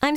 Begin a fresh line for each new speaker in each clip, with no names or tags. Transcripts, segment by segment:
I'm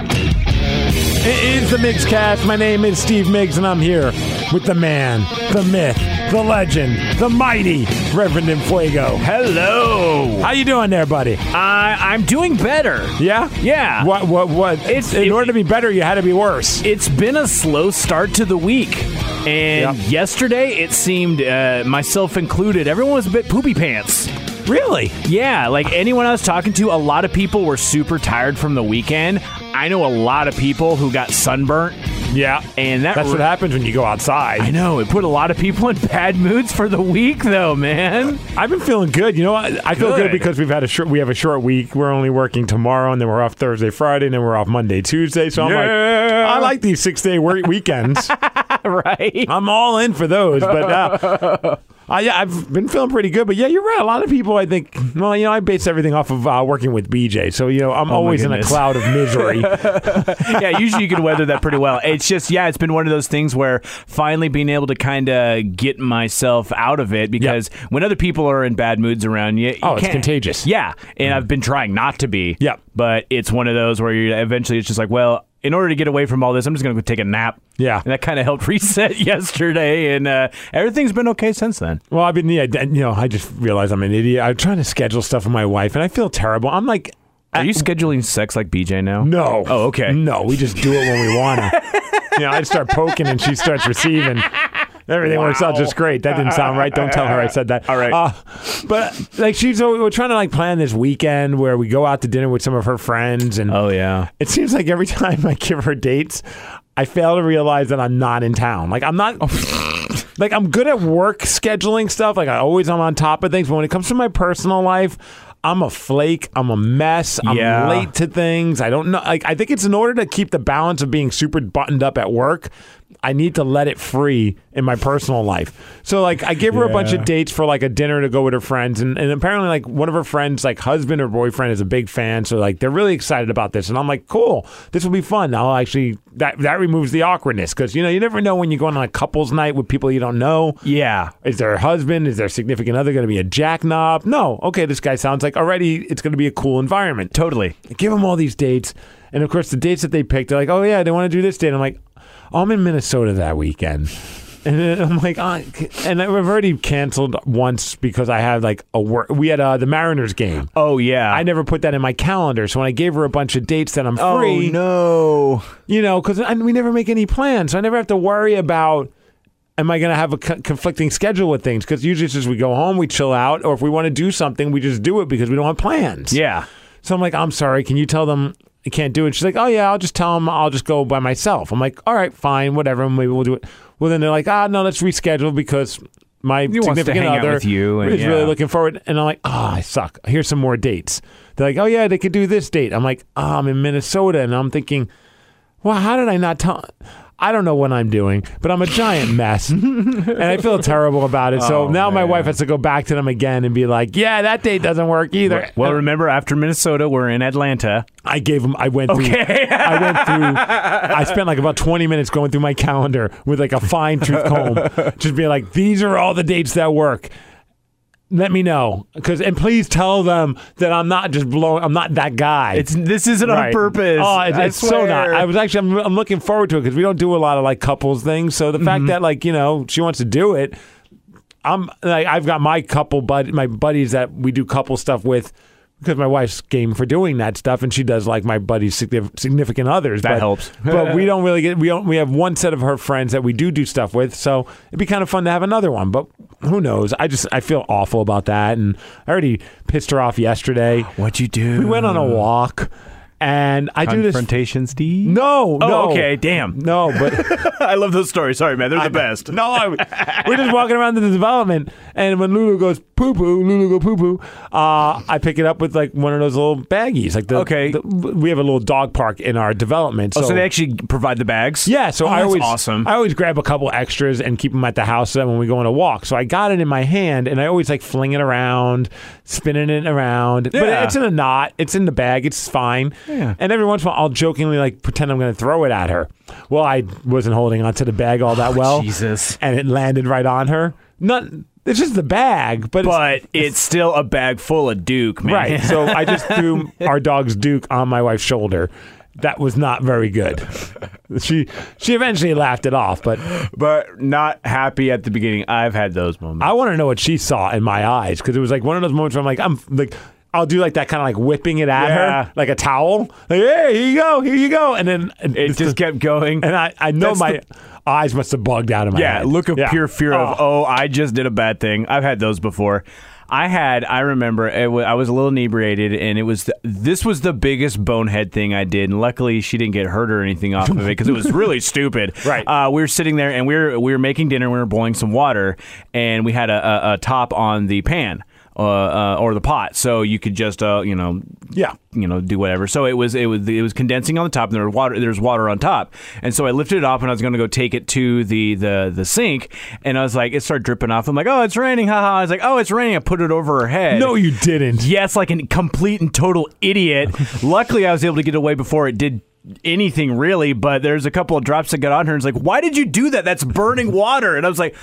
It is the Mix Cast. My name is Steve Miggs, and I'm here with the man, the myth, the legend, the mighty Reverend Infuego.
Hello.
How you doing there, buddy?
I, I'm doing better.
Yeah,
Yeah.
What? What? What?
It's-
in
it-
order to be better, you had to be worse.
It's been a slow start to the week. And
Yeah.
yesterday, it seemed, uh, myself included, everyone was a bit poopy pants.
Really?
Yeah, like anyone I was talking to, a lot of people were super tired from the weekend. I know a lot of people who got sunburnt,
Yeah.
and that
That's what happens when you go outside.
I know it put a lot of people in bad moods for the week, though, man.
I've been feeling good. You know, I, I feel good
Good.
because we've had a short, we have a short week. We're only working tomorrow, and then we're off Thursday, Friday, and then we're off Monday, Tuesday. So I'm
Yeah.
like, I like these six day work weekends.
right?
I'm all in for those, but. Uh, I, yeah, I've been feeling pretty good, but yeah, you're right. A lot of people, I think, well, you know, I base everything off of uh, working with BJ, so you know, I'm
Oh my
always in a
goodness.
cloud of misery.
yeah, usually you can weather that pretty well. It's just, yeah, it's been one of those things where finally being able to kind of get myself out of it because when other people are in bad moods around you, you
Oh, it's
can't-
contagious. Mm-hmm.
Yeah, and I've been trying not to be.
Yep.
but it's one of those where you eventually it's just like, well, in order to get away from all this, I'm just going to go take a nap.
Yeah.
and that kind of helped reset yesterday, and uh, everything's been okay since then.
Well, I've been, yeah, d- you know, I just realized I'm an idiot. I'm trying to schedule stuff with my wife, and I feel terrible. I'm like,
Are you scheduling sex like BJ now?
no.
Oh, okay.
No, we just do it when we want to. you know, I start poking, and she starts receiving. Everything works out just great. That didn't sound right. Don't tell her I said that.
All right.
Uh, but like she's, so we're trying to like plan this weekend where we go out to dinner with some of her friends, and
Oh yeah.
it seems like every time I give her dates, I fail to realize that I'm not in town. Like I'm not. like I'm good at work scheduling stuff. Like I always am on top of things. But when it comes to my personal life, I'm a flake. I'm a mess. I'm
Yeah.
late to things. I don't know. Like I think it's in order to keep the balance of being super buttoned up at work. I need to let it free in my personal life. So like I give her a bunch of
Yeah.
dates for like a dinner to go with her friends and, and apparently like one of her friends like husband or boyfriend is a big fan so like they're really excited about this and I'm like cool this will be fun I'll actually that that removes the awkwardness because you know you never know when you go on a couples night with people you don't know
Yeah.
is there a husband? Is there a significant other going to be a jacknob? No. Okay, this guy sounds like already it's going to be a cool environment.
Totally.
I give them all these dates. And of course, the dates that they picked, they're like, oh, yeah, they want to do this date. I'm like, oh, I'm in Minnesota that weekend. And then I'm like, oh, c- and I've already canceled once because I had like a work. We had uh, the Mariners game.
Oh yeah.
I never put that in my calendar. So when I gave her a bunch of dates that I'm
Oh
free,
no.
you know, because we never make any plans. So I never have to worry about am I going to have a co- conflicting schedule with things? Because usually it's just we go home, we chill out, or if we want to do something, we just do it because we don't have plans.
Yeah.
So I'm like, I'm sorry. Can you tell them I can't do it? She's like, Oh yeah, I'll just tell them I'll just go by myself. I'm like, All right, fine, whatever. Maybe we'll do it. Well, then they're like, Ah, no, let's reschedule because my
wants to
significant
hang out
other
with you and-
is really
yeah.
looking forward. And I'm like, Ah, I suck. Here's some more dates. They're like, Oh yeah, they could do this date. I'm like, Ah, I'm in Minnesota, and I'm thinking, Well, how did I not tell? I don't know what I'm doing, but I'm a giant mess, and I feel terrible about it. so
Oh,
now my
man.
wife has to go back to them again and be like, "Yeah, that date doesn't work either."
Well, remember after Minnesota, we're in Atlanta.
I gave him. I went through. I went through. I spent like about twenty minutes going through my calendar with like a fine tooth comb, just being like, "These are all the dates that work." Let me know, because and please tell them that I'm not just blowing. I'm not that guy.
It's this isn't on
Right.
purpose.
Oh, it's,
I
it's so not.
swear.
I was actually. I'm, I'm looking forward to it because we don't do a lot of like couples things. So the
Mm-hmm.
fact that like you know she wants to do it, I'm like I've got my couple bud my buddies that we do couple stuff with. Because my wife's game for doing that stuff, and she does like my buddies' signif- significant others.
That
but,
helps.
but we don't really get we don't we have one set of her friends that we do do stuff with, so it'd be kind of fun to have another one. But who knows? I just I feel awful about that, and I already pissed her off yesterday.
What'd you do?
We went on a walk. And I do this.
Confrontation, Steve.
No,
Oh,
no.
okay, damn.
No, but
I love those stories. Sorry, man. They're the best.
No, I, we're just walking around the development, and when Lulu goes poo poo, Lulu go poo poo. Uh, I pick it up with like one of those little baggies, like the
Okay.
the- we have a little dog park in our development,
Oh, so they actually provide the bags.
yeah, so
Oh,
I
that's
always
awesome.
I always grab a couple extras and keep them at the house so that when we go on a walk. So I got it in my hand and I always like fling it around, spinning it around.
Yeah.
But it's in a knot. It's in the bag. It's fine.
Yeah.
And every once in a while, I'll jokingly like pretend I'm going to throw it at her. Well, I wasn't holding onto the bag all that well.
Oh, Jesus.
And it landed right on her. Not. It's just the bag, but, it's-
but it's still a bag full of Duke, man.
right. So I just threw our dog's Duke on my wife's shoulder. That was not very good. She she eventually laughed it off, but
but not happy at the beginning. I've had those moments.
I want to know what she saw in my eyes because it was like one of those moments where I'm like, I'm like, I'll do like that kind of like whipping it at
Yeah.
her like a towel. Like, hey, here you go, here you go, and then and
It just kept going.
and I I know
That's
my eyes must have bugged out of my
yeah,
head.
look of
Yeah.
pure fear of oh, I just did a bad thing. I've had those before. I had. I remember it wa- I was a little inebriated, and it was th- this was the biggest bonehead thing I did. And luckily, she didn't get hurt or anything off of it because it was really stupid.
Right.
Uh, we were sitting there, and we were we were making dinner. and We were boiling some water, and we had a, a, a top on the pan. Uh, uh, or the pot, so you could just uh, you know
yeah.
you know do whatever so it was it was it was condensing on the top and there was water there's water on top and so i lifted it up and i was going to go take it to the the the sink and i was like it started dripping off i'm like oh it's raining haha i was like oh it's raining i put it over her head
No, you didn't.
yes like a complete and total idiot luckily i was able to get away before it did anything really but there's a couple of drops that got on her and it's like why did you do that that's burning water and i was like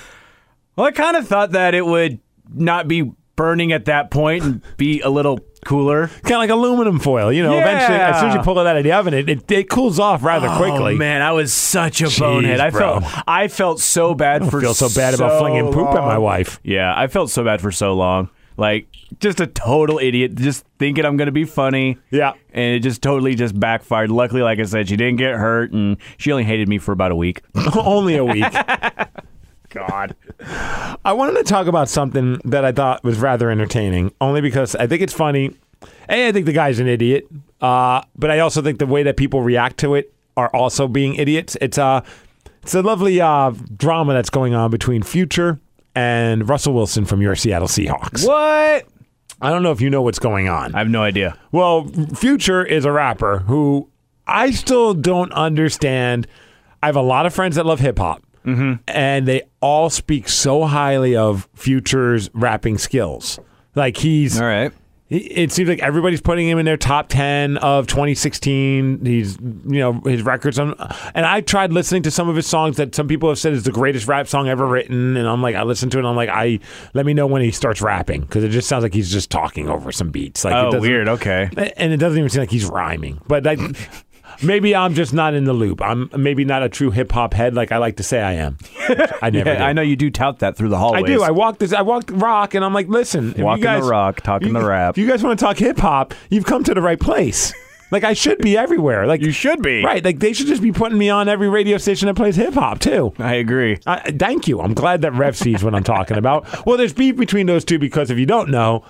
well, I kind of thought that it would not be burning at that point and be a little cooler.
Kind of like aluminum foil, you know. Eventually, as soon as you
Yeah.
pull it out of the oven, it it, it cools off rather quickly.
Oh man, I was such a
Jeez,
bonehead. I
bro.
felt I felt so bad
I
for
feel so bad about
so
flinging poop at my
long.
wife.
Yeah, I felt so bad for so long. Like just a total idiot, just thinking I'm gonna be funny.
Yeah.
And it just totally just backfired. Luckily, like I said, she didn't get hurt and she only hated me for about a week.
Only a week.
God.
I wanted to talk about something that I thought was rather entertaining, only because I think it's funny. A, I think the guy's an idiot, uh, but I also think the way that people react to it are also being idiots. It's uh, it's a lovely uh, drama that's going on between Future and Russell Wilson from your Seattle Seahawks.
What?
I don't know if you know what's going on.
I have no idea.
Well, Future is a rapper who I still don't understand. I have a lot of friends that love hip hop,
Mm-hmm.
and they all speak so highly of Future's rapping skills. Like he's,
All right.
he- it seems like everybody's putting him in their top ten of 2016. He's, you know, his records. On, and I tried listening to some of his songs that some people have said is the greatest rap song ever written. And I'm like, I listened to it. and I'm like, I let me know when he starts rapping because it just sounds like he's just talking over some beats. Like, it
Oh,
doesn't-
weird. Okay.
and it doesn't even seem like he's rhyming. But like, maybe I'm just not in the loop. I'm maybe not a true hip hop head like I like to say I am. I never. do.
I know you do tout that through the
I
hallways.
do. I walk this. I walk the rock, and I'm like, listen. if you
Walking the
guys-
rock, talking
you-
the rap.
If you guys want to talk hip hop, you've come to the right place. Like I should be everywhere. Like
You should be.
Right. Like they should just be putting me on every radio station that plays hip hop too.
I agree.
I, thank you. I'm glad that Rev sees what I'm talking about. Well, there's beef between those two because if you don't know,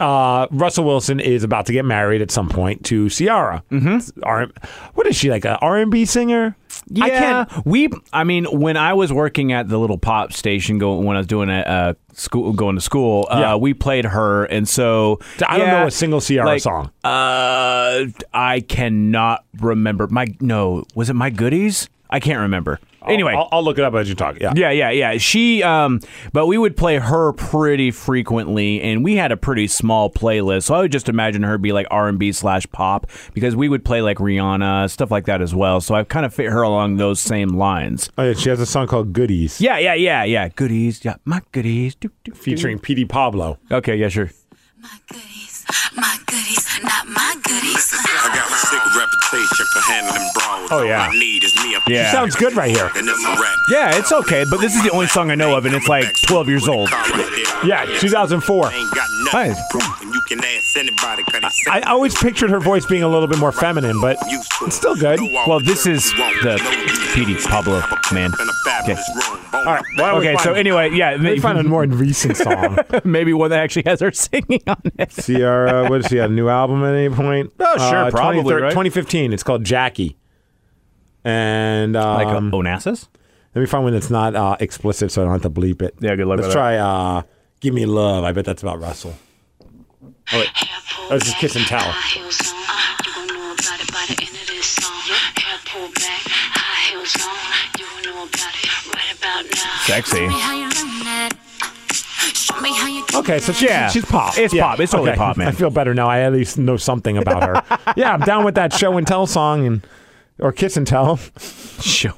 uh, Russell Wilson is about to get married at some point to Ciara. Mm-hmm. R- what is she like? An R&B singer?
Yeah,
I can't.
we. I mean, when I was working at the little pop station, going when I was doing a uh, school, going to school, uh,
Yeah.
we played her, and so
I don't
yeah,
know a single Ciara
like,
song.
Uh, I cannot remember. My no, was it my goodies? I can't remember. anyway,
I'll, I'll- I'll look it up as you talk. Yeah.
yeah, yeah, yeah. She, um, but we would play her pretty frequently, and we had a pretty small playlist. So I would just imagine her be like R and B slash pop because we would play like Rihanna stuff like that as well. So I've kind of fit her along those same lines.
Oh, yeah, she has a song called Goodies
Yeah, yeah, yeah, yeah. Goodies, yeah, my goodies. Doo, doo, doo.
featuring P.D. Pablo.
Okay, yeah, sure.
My goodies, my goodies, not my goodies.
I got a sick reputation for handling brawls.
Oh, yeah.
All I need is me a
Yeah.
She sounds good right here.
And it's a rap.
Yeah, it's okay, but this is the only song I know of, and it's like 12 years old.
Car right there.
Yeah, 2004.
Ain't got
Hi.
nothing to prove, and you can ask anybody 'cause they say
I always pictured her voice being a little bit more feminine, but
I'm used to it.
it's still good.
Know all
Well,
the
this
dirt
is
you want,
the
know you
Petey Pablo, man. Okay.
All
All right. Why don't we
Okay, so
find-
anyway, yeah,
let
maybe,
me find a more recent song.
maybe one that actually has her singing on it.
See our uh, what is she? A new album at any point? Uh,
Oh, sure, probably,
23
right?
2015. It's called Jackie. And um,
Like um, Onassis?
let me find one that's not uh, explicit, so I don't have to bleep it.
Yeah, good luck
Let's
with
try
that.
uh, "Give Me Love." I bet that's about Russell.
Oh,
this is Kiss and Tell.
Sexy.
Okay, so she,
Yeah.
she's pop.
It's pop. It's totally pop, man.
I feel better now. I at least know something about her. yeah, I'm down with that show and tell song and or kiss and tell
Show.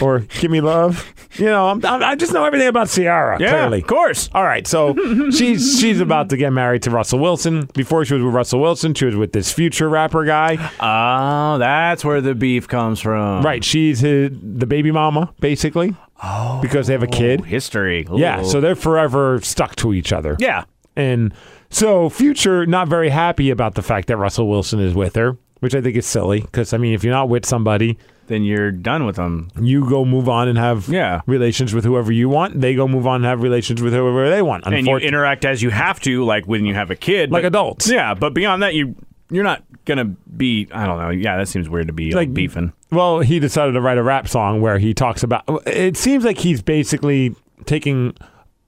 or give me love. You know, I'm, I'm, I just know everything about Ciara.
Yeah,
clearly.
of course.
All right, so she's she's about to get married to Russell Wilson. Before she was with Russell Wilson, she was with this future rapper guy.
Oh, that's where the beef comes from.
Right, she's his, the baby mama basically. Oh, because they have a kid.
History.
Yeah,
Ooh.
so they're forever stuck to each other.
yeah.
And so Future not very happy about the fact that Russell Wilson is with her, which I think is silly because I mean if you're not with somebody,
Then you're done with them.
you go move on and have
Yeah.
relations with whoever you want. They go move on and have relations with whoever they want.
And you
Unfortunately,
interact as you have to, like when you have a kid.
Like
but-
adults.
Yeah, but beyond that, you you're not gonna be. I don't know. Yeah, that seems weird to be like, beefing.
Well, he decided to write a rap song where he talks about. It seems like he's basically taking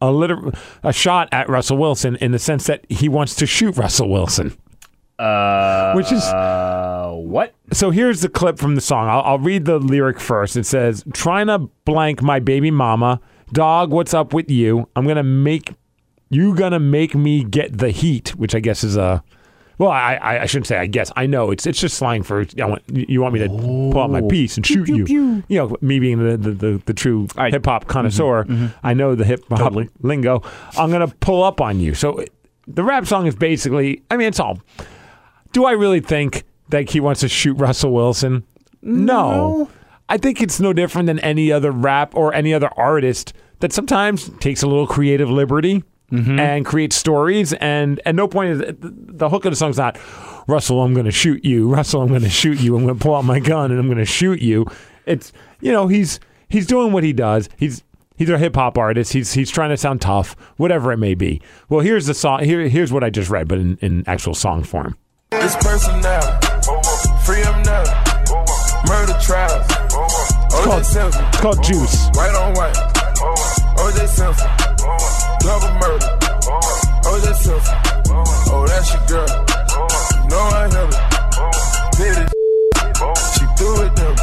a liter- a shot at Russell Wilson in the sense that he wants to shoot Russell Wilson. Uh, Which is
Uh, what?
so. Here's the clip from the song. I'll, I'll read the lyric first. It says, "Trying to blank my baby mama, dog. What's up with you? I'm gonna make you gonna make me get the heat." Which I guess is a well, I, I, I shouldn't say I guess. I know it's it's just slang for I want, you want me to pull out my piece and shoot you. You know, me being the the, the, the true
I-
hip hop connoisseur, I know the hip hop lingo. I'm gonna pull up on you. So it- the rap song is basically, I mean, it's all. Do I really think that he wants to shoot Russell Wilson? No. I think it's no different than any other rap or any other artist that sometimes takes a little creative liberty and creates stories. And at no point is the hook of the song's not Russell, I'm going to shoot you. Russell, I'm going to shoot you. I'm going to pull out my gun and I'm going to shoot you. It's you know he's he's doing what he does. He's he's a hip hop artist. He's he's trying to sound tough, whatever it may be. Well, here's the song. Here here's what I just read, but in, in actual song form.
This person now. Free him now. Murder trials. OJ
called-
Simpson.
it's called Juice.
White on white. OJ Simpson. Double murder. OJ Simpson. Oh, that's your girl. You know I hit it. Did it. She threw it down.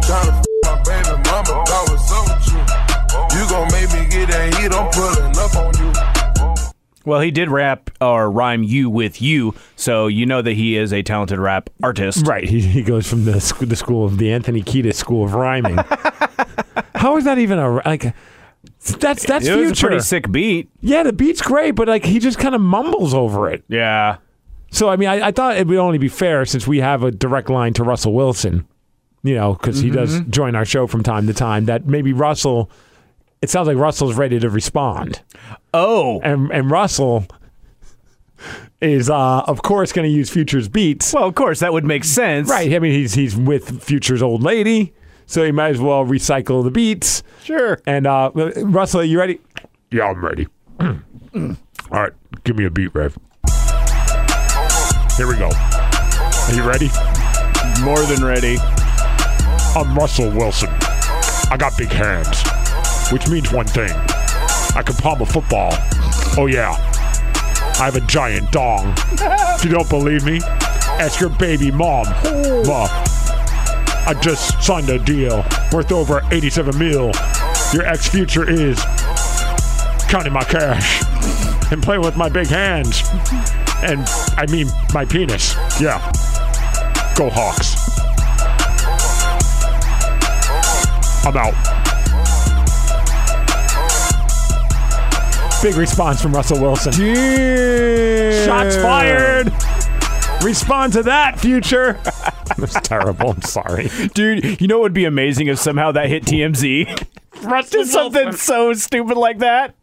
Tryna f my baby mama. That was up with you. You gon' make me get that heat. I'm pulling up on you.
Well, he did rap or rhyme you with you, so you know that he is a talented rap artist.
Right. He, he goes from the sc- the school of the Anthony Kiedis school of rhyming. How is that even a like? That's that's
It was a
future.
pretty sick beat.
Yeah, the beat's great, but like he just kind of mumbles over it.
Yeah.
So I mean, I, I thought it would only be fair since we have a direct line to Russell Wilson, you know, because he does
Mm-hmm.
join our show from time to time. That maybe Russell, it sounds like Russell's ready to respond,
Oh.
and and Russell is uh, of course going to use Future's beats,
Well, of course that would make sense.
right? I mean, he's he's with Future's old lady, so he might as well recycle the beats.
Sure.
And uh, Russell, you ready? Yeah, I'm ready. All right, give me a beat, Rev. Here we go. Are you ready?
More than ready.
I'm Russell Wilson. I got big hands, which means one thing I can palm a football. Oh, yeah. I have a giant dong. if you don't believe me, ask your baby mom. Ma, I just signed a deal worth over 87 mil. Your ex future is counting my cash and playing with my big hands. And I mean, my penis. Yeah. Go Hawks. I'm out. Big response from Russell Wilson. Shots fired. Respond to that, future. That's terrible. I'm sorry.
Dude, you know what would be amazing if somemehow that hit TMZ?
Russell
Did something so stupid like that?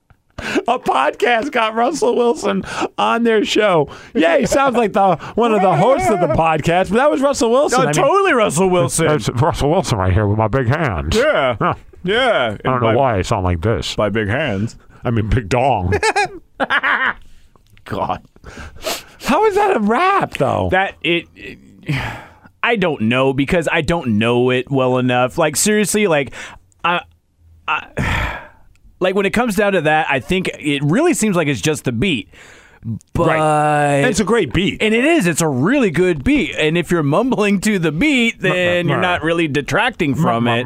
a podcast got Russell Wilson on their show. Yeah, he sounds like the one of the hosts of the podcast, but that was Russell Wilson.
No,
I mean,
totally Russell Wilson.
that's Russell Wilson right here with my big hands.
yeah.
Huh.
Yeah.
I don't know why I sound like this.
By big hands.
I mean, big dong.
God.
How is that a rap, though?
That it, it- I don't know because I don't know it well enough. Like seriously, like I I like when it comes down to that, I think it really seems like it's just the beat. But
it's a great beat.
and it is, it's a really good beat. And if you're mumbling to the beat, then you're not really detracting from it.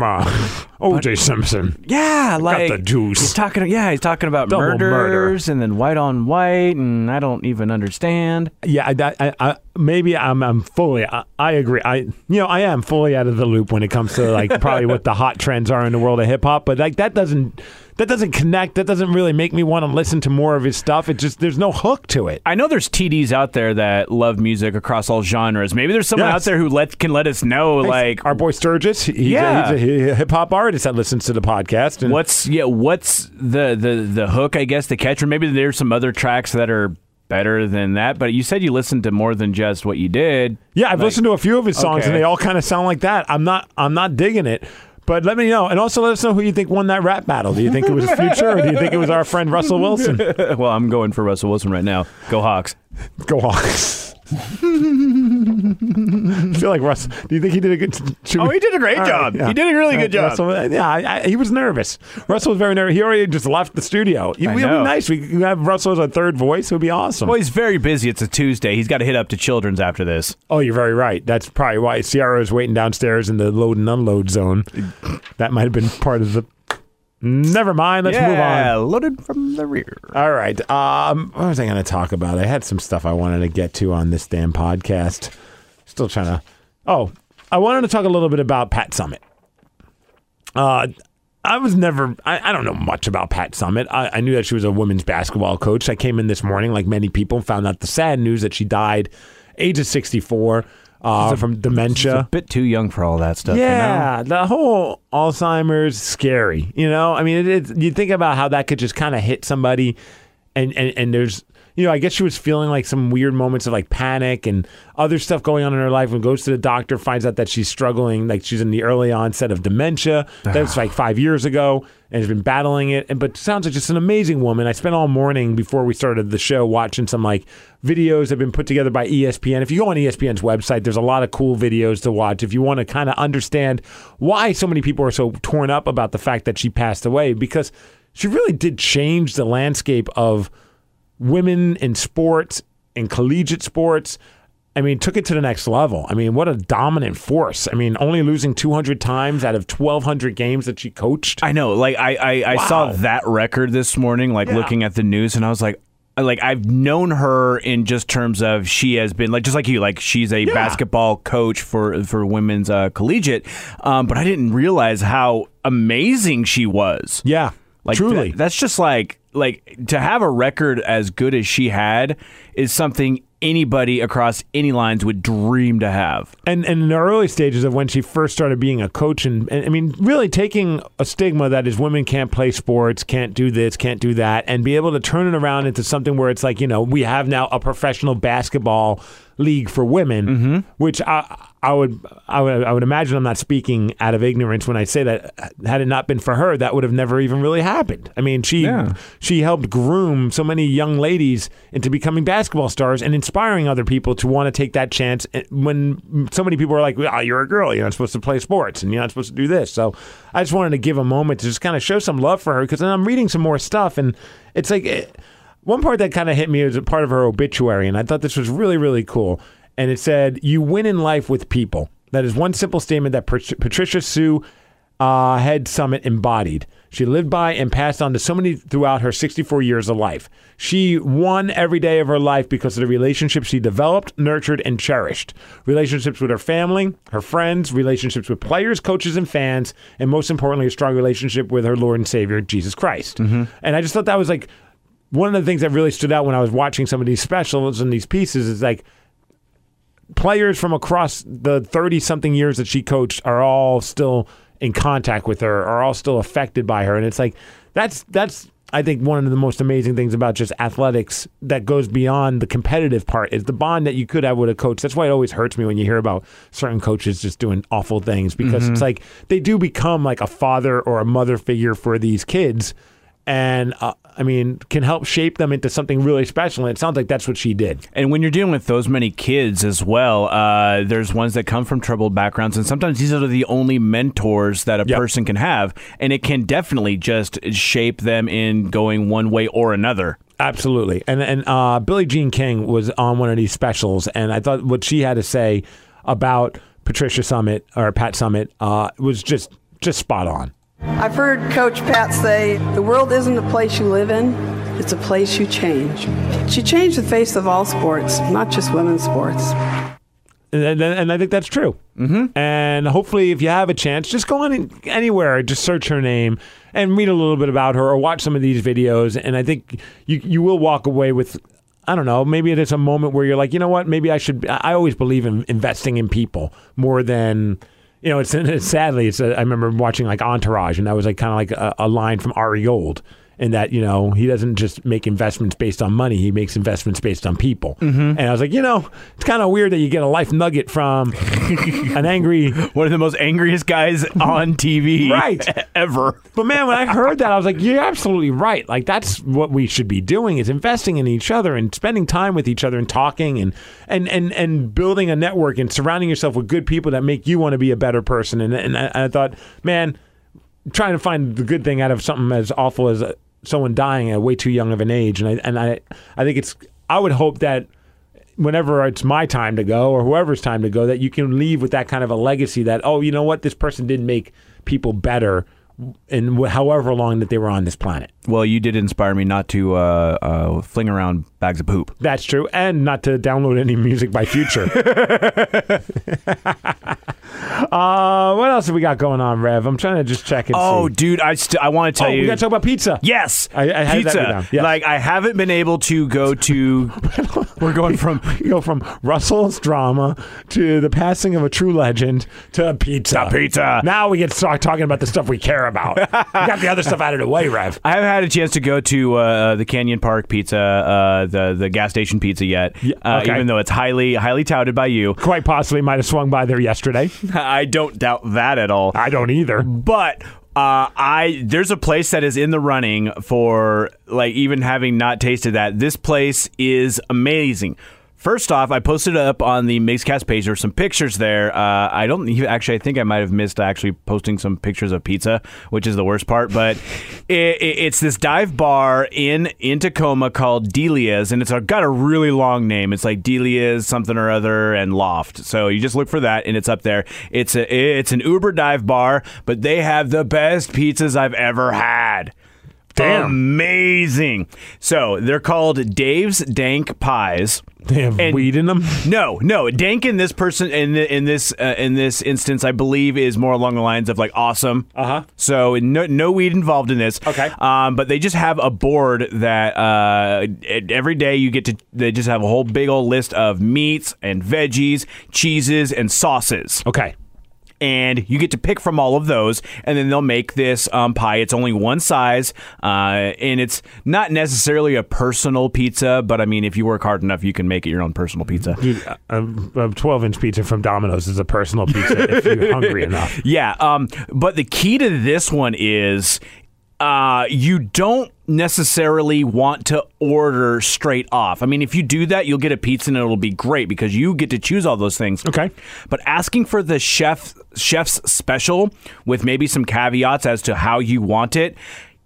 OJ Simpson.
Yeah, like
the juice.
He's talking. Yeah, he's talking about
Double murder.
murders and then white on white, and I don't even understand.
Yeah, I, that- I, I, maybe I'm, I'm fully. I, I agree. I, you know, I am fully out of the loop when it comes to like probably what the hot trends are in the world of hip hop. But like that doesn't, that doesn't connect. That doesn't really make me want to listen to more of his stuff. It just there's no hook to it.
I know there's TDs out there that love music across all genres. Maybe there's someone
Yes.
out there who let can let us know like
our boy Sturgis, he- he's,
Yeah.
a, he's a hip hop artist that listens to the podcast. And
what's yeah what's the the the hook I guess the catch or maybe there's some other tracks that are better than that. But you said you listened to more than just what you did.
Yeah, I've listened to a few of his songs and
okay.
they all kind of sound like that. I'm not I'm not digging it. But let me know. And also let us know who you think won that rap battle. Do you think it was Future or do you think it was our friend Russell Wilson?
well, I'm going for Russell Wilson right now. Go Hawks.
Go Hawks. I feel like Russ. Do you think he did a good should
Oh,
we-
he did a great
All
job. He did a really good job.
Russell, yeah, I, I, he was nervous. Russell was very nervous. He already just left the studio. It
I
would be
know.
nice. We could have Russell as a third voice. It would be awesome.
Well, he's very busy. It's a Tuesday. He's got to hit up to Children's after this.
Oh, you're very right. That's probably why Ciara is waiting downstairs in the load and unload zone. That might have been part of the. Never mind. Let's move
yeah,
on.
loaded from the rear.
All right. Um, what was I going to talk about? I had some stuff I wanted to get to on this damn podcast. Still trying to. Oh, I wanted to talk a little bit about Pat Summit. Uh, I was never. I, I don't know much about Pat Summit. I, I knew that she was a women's basketball coach. I came in this morning, like many people, and found out the sad news that she died, age of sixty four, uh, from dementia.
Bit too young for all that stuff. you know?
Yeah, the whole Alzheimer's scary. You know, I mean, it, it, you think about how that could just kind of hit somebody, and, and and there's you know, I guess she was feeling like some weird moments of like panic and other stuff going on in her life. When goes to the doctor, finds out that she's struggling, like she's in the early onset of dementia. That was
Ah.
like five years ago, and has been battling it. And but sounds like just an amazing woman. I spent all morning before we started the show watching some like videos that have been put together by E ESPN. If you go on ESPN's website, there's a lot of cool videos to watch if you want to kind of understand why so many people are so torn up about the fact that she passed away because she really did change the landscape of women in sports in collegiate sports. I mean, took it to the next level. I mean, what a dominant force. I mean, only losing 200 times out of 1,200 games that she coached.
I know. Like I, I, I saw that record this morning. Like looking at the news, and I was like, I- like I've known her in just terms of she has been like just like you, like she's a basketball coach for for women's uh, collegiate, um, but I didn't realize how amazing she was.
Yeah,
Like
truly.
th- that's just like like to have a record as good as she had is something anybody across any lines would dream to have.
and, and in the early stages of when she first started being a coach, and, and I mean, really taking a stigma that is women can't play sports, can't do this, can't do that, and be able to turn it around into something where it's like, you know, we have now a professional basketball league for women, which I, I would I would I would imagine I'm not speaking out of ignorance when I say that. Had it not been for her, that would have never even really happened. I mean, she
Yeah.
she helped groom so many young ladies into becoming basketball stars and inspiring other people to want to take that chance. And When so many people are like, "Well, you're a girl. You're not supposed to play sports, and you're not supposed to do this." So I just wanted to give a moment to just kind of show some love for her because I'm reading some more stuff, and it's like eh, one part that kind of hit me was a part of her obituary, and I thought this was really really cool. And it said, "You win in life with people." That is one simple statement that Pat- Patricia Sue uh, Head Summit embodied. She lived by and passed on to so many throughout her 64 years of life. She won every day of her life because of the relationships she developed, nurtured, and cherished. Relationships with her family, her friends, relationships with players, coaches, and fans, and most importantly, a strong relationship with her Lord and Savior, Jesus Christ. And I just thought that was like one of the things that really stood out when I was watching some of these specials and these pieces is like players from across the 30 something years that she coached are all still in contact with her are all still affected by her and it's like that's that's I think one of the most amazing things about just athletics that goes beyond the competitive part is the bond that you could have with a coach. That's why it always hurts me when you hear about certain coaches just doing awful things because it's like they do become like a father or a mother figure for these kids. And uh, I mean, can help shape them into something really special. And it sounds like that's what she did.
And when you're dealing with those many kids as well, uh, there's ones that come from troubled backgrounds, and sometimes these are the only mentors that a
Yep.
person can have, and it can definitely just shape them in going one way or another.
Absolutely. And and uh, Billie Jean King was on one of these specials, and I thought what she had to say about Patricia Summit or Pat Summit uh, was just just spot on.
I've heard Coach Pat say, the world isn't a place you live in, it's a place you change. She changed the face of all sports, not just women's sports.
And, and, and I think that's true. Mm-hmm. And hopefully, if you have a chance, just go on in, anywhere, just search her name and read a little bit about her or watch some of these videos. And I think you you will walk away with. I don't know. Maybe it is a moment where you're like, you know what? Maybe I should. I I always believe in investing in people more than, you know. It's, it's sadly, it's. A, I remember watching like Entourage, and that was like kind of like a, a line from Ari Gold, and that you know he doesn't just make investments based on money; he makes investments based on people. And I was like, you know, it's kind of weird that you get a life nugget from an angry.
One of the most angriest guys on TV
Right.
ever.
But man, when I heard that, I was like, you're absolutely right. Like that's what we should be doing is investing in each other and spending time with each other and talking and and and and building a network and surrounding yourself with good people that make you want to be a better person. And and I, I thought, man, trying to find the good thing out of something as awful as uh, someone dying at way too young of an age. And I and I I think it's I would hope that whenever it's my time to go or whoever's time to go that you can leave with that kind of a legacy that oh you know what this person did make people better in wh- however long that they were on this planet
Well, you did inspire me not to uh, uh, fling around bags of poop.
that's true and not to download any music by future uh, what else have we got going on rev i'm trying to just check and
Oh,
see
dude, I st- I want to tell
oh
you.
we gotta talk about pizza
Yes,
I- I had that
pizza.
down. Yes.
Like I haven't been able to go to. We're going from
you go from Russell's drama to the passing of a true legend to pizza.
To pizza.
Now we get start talking about the stuff we care about. we got the other stuff out of the way, Rev.
I haven't had a chance to go to uh, the Canyon Park Pizza, uh, the the gas station pizza yet.
Yeah,
uh,
okay.
even though it's highly highly touted by you,
quite possibly might have swung by there yesterday.
I don't doubt that at all.
I don't either.
But uh, I there's a place that is in the running for like even having not tasted that. This place is amazing. First off, I posted up on the Mixcast page. There were some pictures there. Uh, I don't even- actually. I think I might have missed actually posting some pictures of pizza, which is the worst part. But it, it, it's this dive bar in in Tacoma called Delia's, and it's a, got a really long name. It's like Delia's something or other and Loft. So you just look for that, and it's up there. It's a it's an Uber dive bar, but they have the best pizzas I've ever had.
Damn.
Amazing. So they're called Dave's Dank Pies.
They have
And-
weed in them.
No, no. Dank in this person in the, in this uh, in this instance, I believe, is more along the lines of like awesome. Uh huh. So no no weed involved in this.
Okay.
Um, but they just have a board that uh e- every day you get to. They just have a whole big old list of meats and veggies, cheeses and sauces
Okay.
and you get to pick from all of those, and then they'll make this um, pie. It's only one size, uh, and it's not necessarily a personal pizza, but I mean, if you work hard enough, you can make it your own personal pizza.
Dude, a- a 12 inch pizza from Domino's is a personal pizza if you're hungry enough.
Yeah, um, but the key to this one is uh, you don't necessarily want to order straight off. I mean, if you do that, you'll get a pizza and it'll be great because you get to choose all those things.
Okay.
But asking for the chef chef's special with maybe some caveats as to how you want it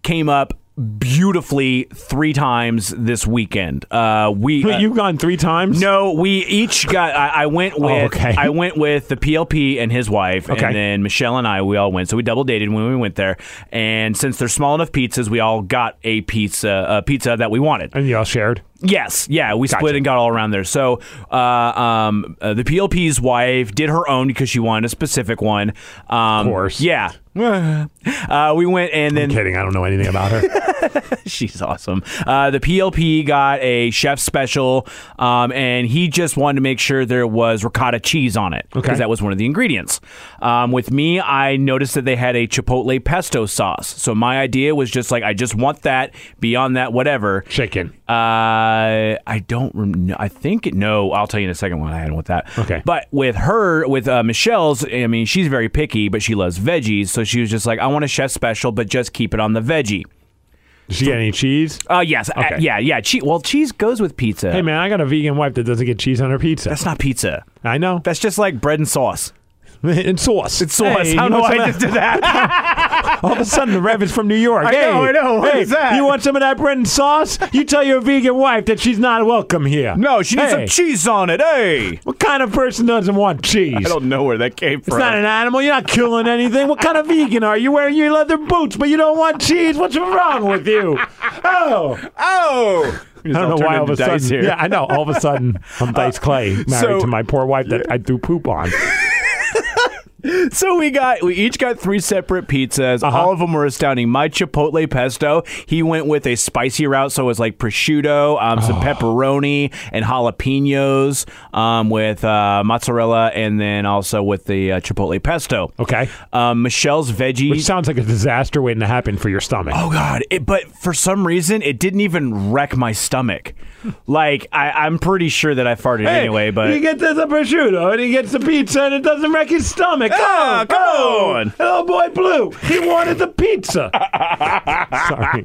came up beautifully three times this weekend. Uh, we uh,
You've gone three times?
no, we each got. I, I went with.
Oh, okay.
I went with the PLP and his wife,
Okay.
and then Michelle and I. We all went. So we double dated when we went there. And since they're small enough pizzas, we all got a pizza, a pizza that we wanted.
And y'all shared?
Yes, yeah, we split
Gotcha.
and got all around there. So, uh, um, uh, the PLP's wife did her own because she wanted a specific one. Um,
course.
yeah. uh, we went and then
I'm kidding. I don't know anything about her.
She's awesome. Uh, the PLP got a chef special, um, and he just wanted to make sure there was ricotta cheese on it because
Okay.
that was one of the ingredients. Um, with me, I noticed that they had a chipotle pesto sauce. So my idea was just like, I just want that. Beyond that, whatever.
Chicken.
Uh, I don't. Rem- no, I think no. I'll tell you in a second what I had with that.
Okay.
But with her, with uh, Michelle's, I mean, she's very picky, but she loves veggies, so she was just like, I want a chef special, but just keep it on the veggie.
Did she get any cheese?
Uh, yes. Uh,
Okay.
yeah, yeah. Che- well, cheese goes with pizza.
Hey man, I got a vegan wife that doesn't get cheese on her pizza.
That's not pizza.
I know.
That's just like bread and sauce.
and sauce.
It's sauce.
Hey,
I don't
you
know
want
why
some
I
of
just did that.
All of a sudden, the Rev is from New York.
I
hey,
know, I know. What
hey,
is that?
You want some of that bread and sauce? You tell your vegan wife that she's not welcome here.
no, she needs some
Hey,
cheese on it. Hey.
What kind of person doesn't want cheese?
I don't know where that came
it's
from.
not an animal. You're not killing anything. What kind of vegan are you? Wearing your leather boots, but you don't want cheese. What's wrong with you? Oh,
oh. I
I don't know why all of a sudden. Yeah, I know. All of a sudden, I'm Dice Clay, married
Uh, so-
to my poor wife that I threw poop on.
So we got we each got three separate pizzas.
Uh-huh.
All of them were astounding. My chipotle pesto, he went with a spicy route, so it was like prosciutto, um, some pepperoni, and jalapenos um, with uh, mozzarella, and then also with the uh, chipotle pesto.
Okay.
Um, Michelle's veggies.
Which sounds like a disaster waiting to happen for your stomach.
Oh God! It, but for some reason, it didn't even wreck my stomach. Like I, I'm pretty sure that I farted
Hey,
anyway. But
he gets the prosciutto and he gets the pizza and it doesn't wreck his stomach.
Ah,
oh,
come
oh.
on.
Hello, boy Blue. He wanted the pizza. Sorry.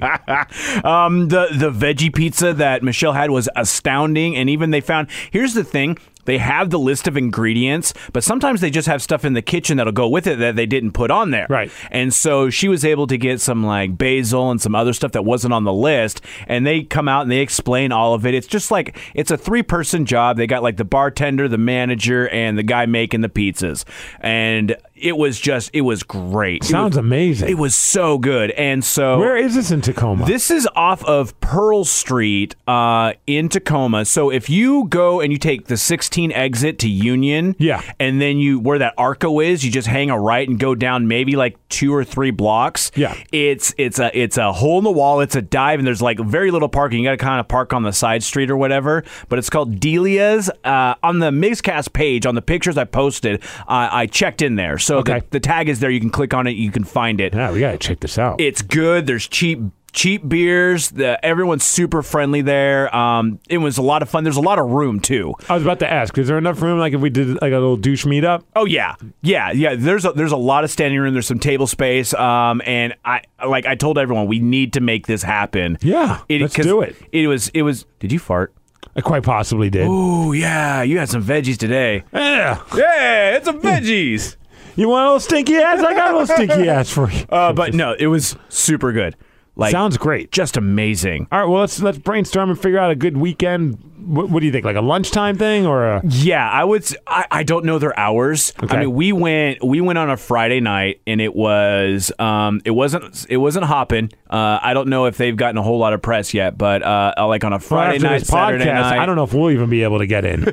Um, the the veggie pizza that Michelle had was astounding, and even they found. Here's the thing: they have the list of ingredients, but sometimes they just have stuff in the kitchen that'll go with it that they didn't put on there.
Right.
And so she was able to get some like basil and some other stuff that wasn't on the list, and they come out and they explain all of it. It's just like it's a three person job. They got like the bartender, the manager, and the guy making the pizzas, and it was just it was great.
Sounds
it was,
amazing.
It was so good, and so
Where is this in Tacoma?
this is off of Pearl Street uh, in Tacoma. So if you go and you take the 16 exit to Union,
Yeah.
and then you where that Arco is, you just hang a right and go down maybe like two or three blocks.
Yeah.
it's it's a it's a hole in the wall. It's a dive, and there's like very little parking. You got to kind of park on the side street or whatever. But it's called Delia's uh, on the Mixcast page on the pictures I posted. Uh, I checked in there, so
Okay.
the, the tag is there. You can click on it. You can find it.
yeah, we gotta check this out.
It's good. There's cheap cheap beers. The, everyone's super friendly there. Um, it was a lot of fun. There's a lot of room too.
I was about to ask, is there enough room like if we did like a little douche meetup?
Oh yeah, yeah, yeah. There's a, there's a lot of standing room. There's some table space. Um, and I like I told everyone we need to make this happen.
Yeah, let's
'cause
do it.
It was it was. Did you fart?
I quite possibly did.
Oh yeah, you had some veggies today.
Yeah.
Yeah, it's
Mm.
some veggies.
You want a little stinky ass? I got a little stinky ass for you.
Uh, but no, it was super good. Like
Sounds great.
just amazing.
All right, well let's let's brainstorm and figure out a good weekend. What, what do you think? Like a lunchtime thing or a
Yeah, I would. s- I, I don't know their hours.
Okay.
I mean, we went we went on a Friday night, and it was um it wasn't it wasn't hopping. Uh, I don't know if they've gotten a whole lot of press yet, but uh, like on a
Well,
Friday
after
night,
this
Saturday
podcast,
night.
I don't know if we'll even be able to get in.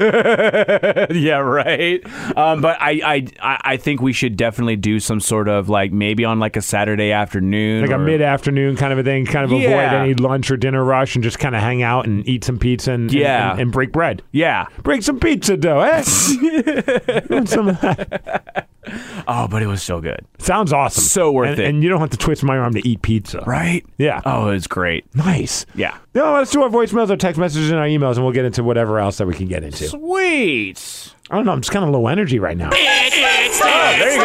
yeah, right. Um, but I, I I I think we should definitely do some sort of like maybe on like a Saturday afternoon,
like a
or-
mid-afternoon kind of a thing kind of
Yeah.
avoid any lunch or dinner rush and just kind of hang out and eat some pizza and, and-
Yeah.
and, and break bread
Yeah.
break some pizza dough eh? Want some of that?
Oh, but it was so good,
sounds awesome
So worth
and,
it.
and you don't have to twist my arm to eat pizza
right?
yeah
Oh, it was great.
nice
Yeah.
no let's do our voicemails our text messages and our emails and we'll get into whatever else that we can get into
Sweet.
i don't know i'm just kind of low energy right now
There you go.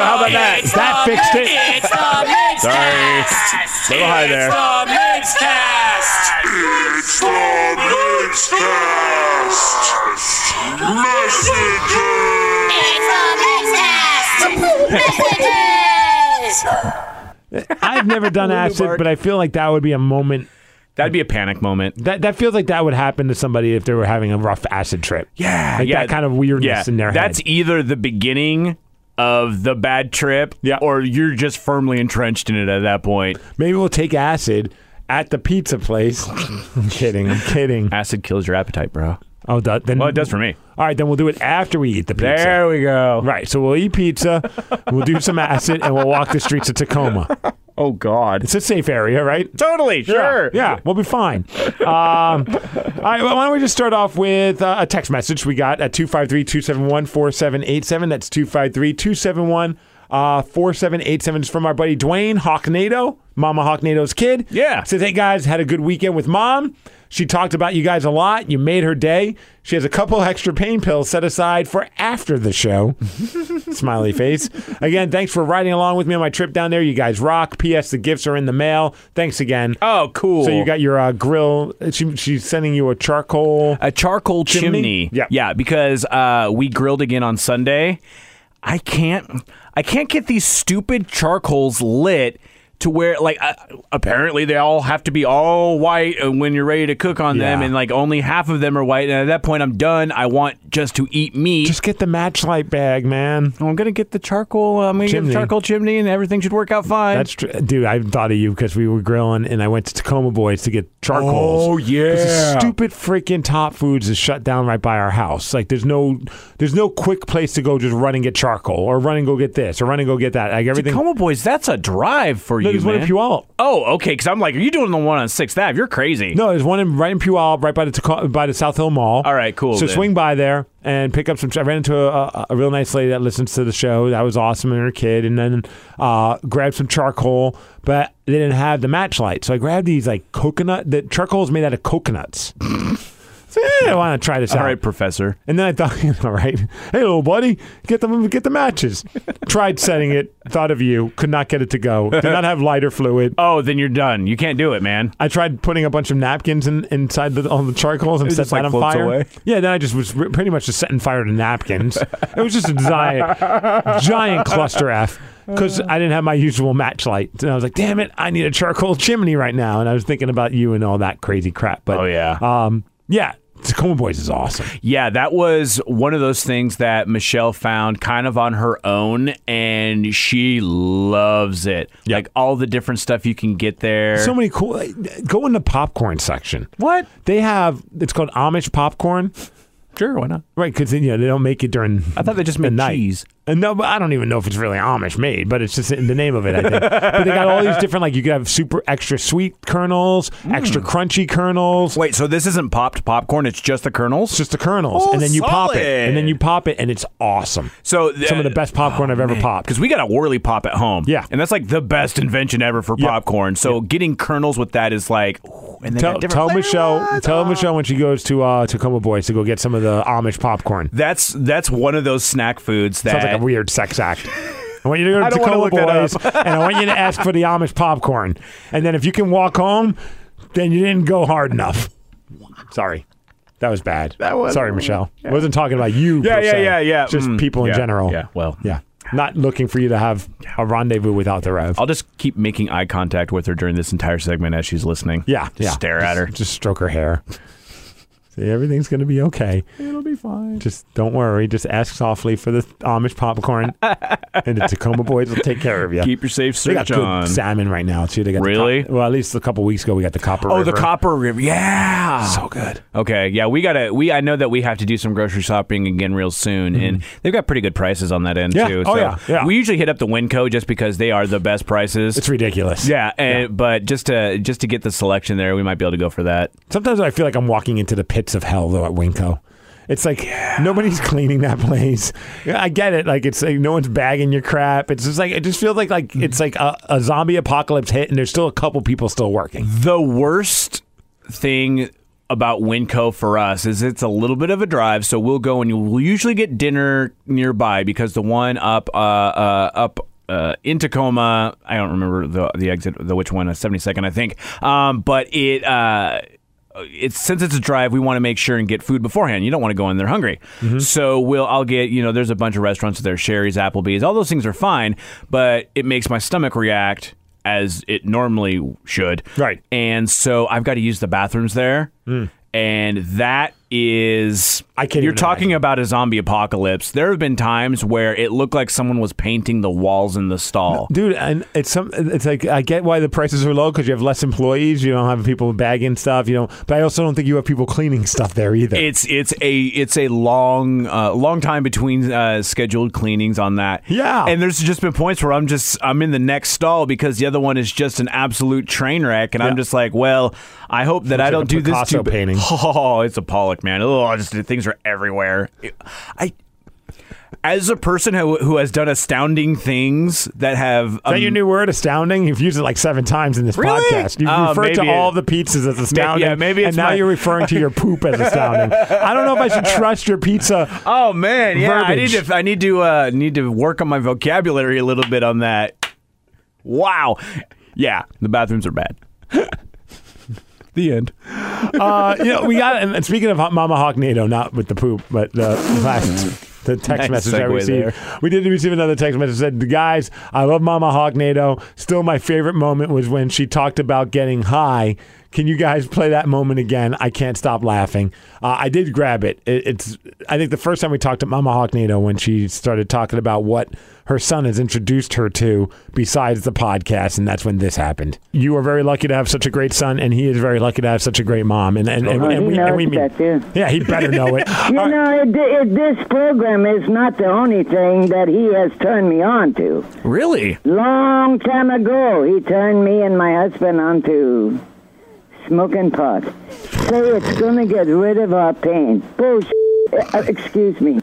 How about that?
that fixed it
It's the mix cast.
Little high there.
The mix cast.
It's the Mixcast! Messages!
It's the mix cast. Messages.
i've never done acid
bark.
but i feel like that would be a moment
That'd be a panic moment.
that, that feels like that would happen to somebody if they were having a rough acid trip
Yeah,
Like
yeah.
that kind of weirdness
yeah.
in their
That's
head.
either the beginning of the bad trip,
Yeah.
or you're just firmly entrenched in it at that point.
Maybe we'll take acid at the pizza place. I'm kidding. I'm kidding.
Acid kills your appetite, bro.
Oh, do- then
Well, it does for me.
All right, then we'll do it after we eat the pizza.
There we go.
Right, so we'll eat pizza, we'll do some acid, and we'll walk the streets of Tacoma.
Oh God.
It's a safe area, right?
Totally. Sure.
Yeah, yeah, we'll be fine. Um, all right, well, why don't we just start off with uh, a text message we got at 253 271 4787. That's 253 271 uh, 4787. It's from our buddy Dwayne Hawknado, Mama Hawknado's kid.
Yeah.
Says, hey guys, had a good weekend with mom. She talked about you guys a lot. You made her day. She has a couple extra pain pills set aside for after the show. Smiley face. Again, thanks for riding along with me on my trip down there. You guys rock. P.S. The gifts are in the mail. Thanks again.
Oh, cool.
So you got your uh, grill. She, she's sending you a charcoal.
a charcoal
Chimney?
chimney.
Yeah.
yeah, because uh, we grilled again on Sunday. I can't, I can't get these stupid charcoals lit to where like uh, apparently they all have to be all white uh, when you're ready to cook on them,
Yeah.
and like only half of them are white. And at that point, I'm done. I want just to eat meat.
Just get the matchlight bag, man.
I'm gonna get the charcoal. I'm gonna get
Chimney.
the charcoal chimney, and everything should work out fine.
That's tr- dude. I thought of you because we were grilling, and I went to Tacoma Boys to get charcoals.
Oh,
'Cause the
yeah.
stupid freaking Top Foods is shut down right by our house. Like there's no, there's no quick place to go. Just run and get charcoal, or run and go get this, or run and go get that. Like everything.
Tacoma boys, that's a drive for
no,
you,
there's one in
man.
Puyallup.
oh, okay. Because I'm like, are you doing the one on Sixth Ave? You're crazy.
No, there's one in, right in Puyallup, right by the Taco- by the South Hill Mall.
All right, cool,
So
then.
swing by there and pick up some. I ran into a, a, a real nice lady that listens to the show. That was awesome, and her kid. And then uh, grabbed some charcoal, but they didn't have the match light, so I grabbed these like coconut. The charcoal is made out of coconuts. so, yeah, I want to try this
All
out.
right, Professor.
And then I thought, all right, hey little buddy, get the get the matches. Tried setting it, thought of you, could not get it to go. Did not have lighter fluid.
Oh, then you're done. You can't do it, man.
I tried putting a bunch of napkins in, inside the, on the charcoals and
It
set
just, like,
that on
floats
fire.
away?
Yeah, then I just was re- pretty much just setting fire to napkins. it was just a giant, giant cluster f because I didn't have my usual match light, and I was like, "Damn it, I need a charcoal chimney right now." And I was thinking about you and all that crazy crap. But
Oh, yeah.
um, yeah, Tacoma Boys is awesome.
Yeah, that was one of those things that Michelle found kind of on her own, and she loves it.
Yeah.
Like all the different stuff you can get there.
So many cool. Go in the popcorn section.
what?
They have it's called Amish popcorn,
Sure, why not?
right? Because you know they don't make it during.
I thought they just
the
made
night.
cheese.
And Uh, no, but I don't even know if it's really Amish made, but it's just in the name of it, I think. but they got all these different, like you could have super extra sweet kernels, extra crunchy kernels.
Mm. Wait, so this isn't popped popcorn? It's just the
It's
kernels.
just the kernels,
Oh,
and then you pop it, and then
solid.
you pop it, and it's awesome.
So Oh,
Some of the best popcorn I've ever popped.
because we got a whirly pop at home.
Yeah.
and that's like the best invention ever for
Yeah.
popcorn. So getting kernels with that is like, ooh, and they
Tell,
got different
tell
flavor
Michelle,
ones.
tell
Oh.
Michelle when she goes to uh, Tacoma Boys to go get some of the Amish popcorn.
That's that's one of those snack foods that
Sounds like a weird sex act. I want you to go
I
to
don't wanna
Tacoma
look that
Boys, and I want you to ask for the Amish popcorn. And then if you can walk home, then you didn't go hard enough. Sorry. That was bad. That was Sorry, Michelle. Wasn't talking about you.
Yeah,
per
yeah,
se.
yeah, yeah.
Just
Mm,
people in
yeah,
general.
yeah, well.
yeah. Not looking for you to have a rendezvous without the rev.
I'll just keep making eye contact with her during this entire segment as she's listening.
yeah,
Just
yeah.
stare
Just-
at her.
Just stroke her hair. See, everything's gonna be okay. It'll be fine. Just don't worry. Just ask softly for the Amish popcorn, and the Tacoma boys will take care of you.
Keep your safe
They got
search
good
on.
salmon right now too. They got the
Really?
cop- well, at least a couple weeks ago we got the copper.
Oh, the
River.
Copper River. Yeah.
So good.
okay. Yeah, we gotta. We I know that we have to do some grocery shopping again real soon, and they've got pretty good prices on that end
Mm-hmm. Yeah.
too.
Oh, yeah, yeah.
We usually hit up the Winco just because they are the best prices.
It's ridiculous.
yeah, and, but just to just to get the selection there, we might be able to go for that.
Sometimes I feel like I'm walking into the pits of hell though at Winco. It's like nobody's cleaning that place. I get it. Like it's like no one's bagging your crap. It's just like it just feels like like it's like a, a zombie apocalypse hit, and there's still a couple people still working.
The worst thing about Winco for us is it's a little bit of a drive, so we'll go and we'll usually get dinner nearby because the one up uh, uh, up uh, in Tacoma, I don't remember the the exit, the which one, seventy second, I think. Um, but it. Uh, it's since it's a drive, we want to make sure and get food beforehand. You don't want to go in there hungry.
Mm-hmm.
So we'll I'll get you know there's a bunch of restaurants there, Sherry's, Applebee's, all those things are fine, but it makes my stomach react as it normally should.
Right. Mm.
And so I've got to use the bathrooms there, and that is
I can't
You're
even
talking
imagine.
about a zombie apocalypse. There have been times where it looked like someone was painting the walls in the stall.
Dude, and it's some. It's like I get why the prices are low because you have less employees. You don't have people bagging stuff. You know, but I also don't think you have people cleaning stuff there either.
It's it's a it's a long uh, long time between uh, scheduled cleanings on that.
Yeah.
and there's just been points where I'm just I'm in the next stall because the other one is just an absolute train wreck, and
Yeah.
I'm just like, well, I hope that I
like
don't
a
do this
Picasso
too. bad.
painting.
Oh, it's a Pollock man. Oh, just things are everywhere. I. As a person who, who has done astounding things that have
Is that your new word, astounding? You've used it like seven times in this
Um, Really?
podcast. You've
Oh,
referred to
maybe it-
all the pizzas as astounding.
yeah, maybe
and
it's
now
my-
you're referring to your poop as astounding. I don't know if I should trust your pizza.
Oh man, yeah, I need
Verbiage.
to I need to uh, need to work on my vocabulary a little bit on that. Wow, yeah, the bathrooms are bad.
The end. Uh, you know, we got. And, and speaking of Hot Mama Hawk NATO, not with the poop, but the last the text
Nice
message I
segue
received. We did receive another text message that said, "Guys, I love Mama Hawk NATO. Still, my favorite moment was when she talked about getting high." Can you guys play that moment again? I can't stop laughing. Uh, I did grab it. it. It's I think the first time we talked to Mama Hawk NATO when she started talking about what her son has introduced her to besides the podcast, and that's when this happened. You are very lucky to have such a great son, and he is very lucky to have such a great mom. And and, and,
Oh,
and
he
we,
knows
and we mean-
that too.
yeah, he better know it. All
You
right.
know, it, it, this program is not the only thing that he has turned me on to.
Really?
Long time ago, he turned me and my husband on to smoking pot. Say it's going to get rid of our pain. Bullshit. Uh, excuse me.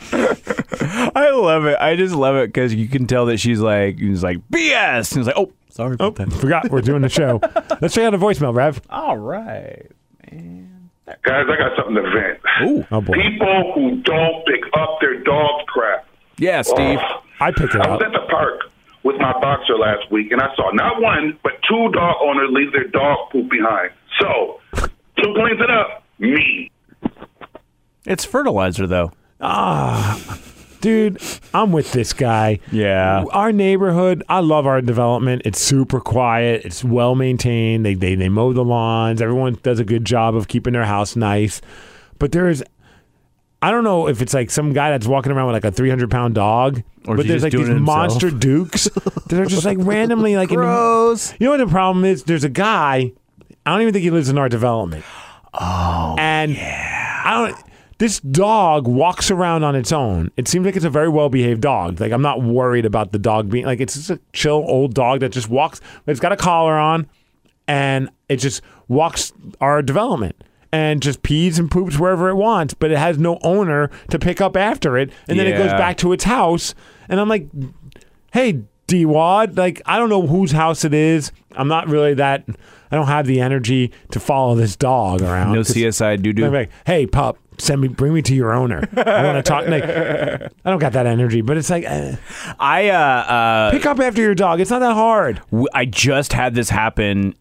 I love it. I just love it because you can tell that she's like she's like BS. And it's like, oh, sorry about that.
Forgot we're doing the show. Let's check out a voicemail, Rev.
All right.
Guys, I got something to vent.
Ooh.
Oh boy,
People who don't pick up their dog's crap.
Yeah, Steve.
Ugh.
I picked it
I was
up.
at the park with my boxer last week, and I saw not one but two dog owners leave their dog poop behind. So, who cleans it up? Me.
It's fertilizer though.
dude, I'm with this guy.
Yeah.
Our neighborhood, I love our development. It's super quiet. It's well maintained. They, they they mow the lawns. Everyone does a good job of keeping their house nice. But there is I don't know if it's like some guy that's walking around with like a 300 pound dog,
Or
but
is he
there's
just
like
doing
these
it himself?
monster dukes that are just like randomly like
Gross.
In, you know what the problem is? There's a guy. I don't even think he lives in our development. Oh, and I don't. This dog walks around on its own. It seems like it's a very well behaved dog. Like I'm not worried about the dog being like it's just a chill old dog that just walks. It's got a collar on, and it just walks our development and just pees and poops wherever it wants. But it has no owner to pick up after it, and then it goes
Yeah.
back to its house. And I'm like, hey D Wad, like I don't know whose house it is. I'm not really that I don't have the energy to follow this dog around.
No
'Cause
CSI doo
I'm
doo.
like, hey pup, send me bring me to your owner. I want to talk like I don't got that energy, but it's like eh.
I uh, uh
pick up after your dog. It's not that hard.
w- I just had this happen.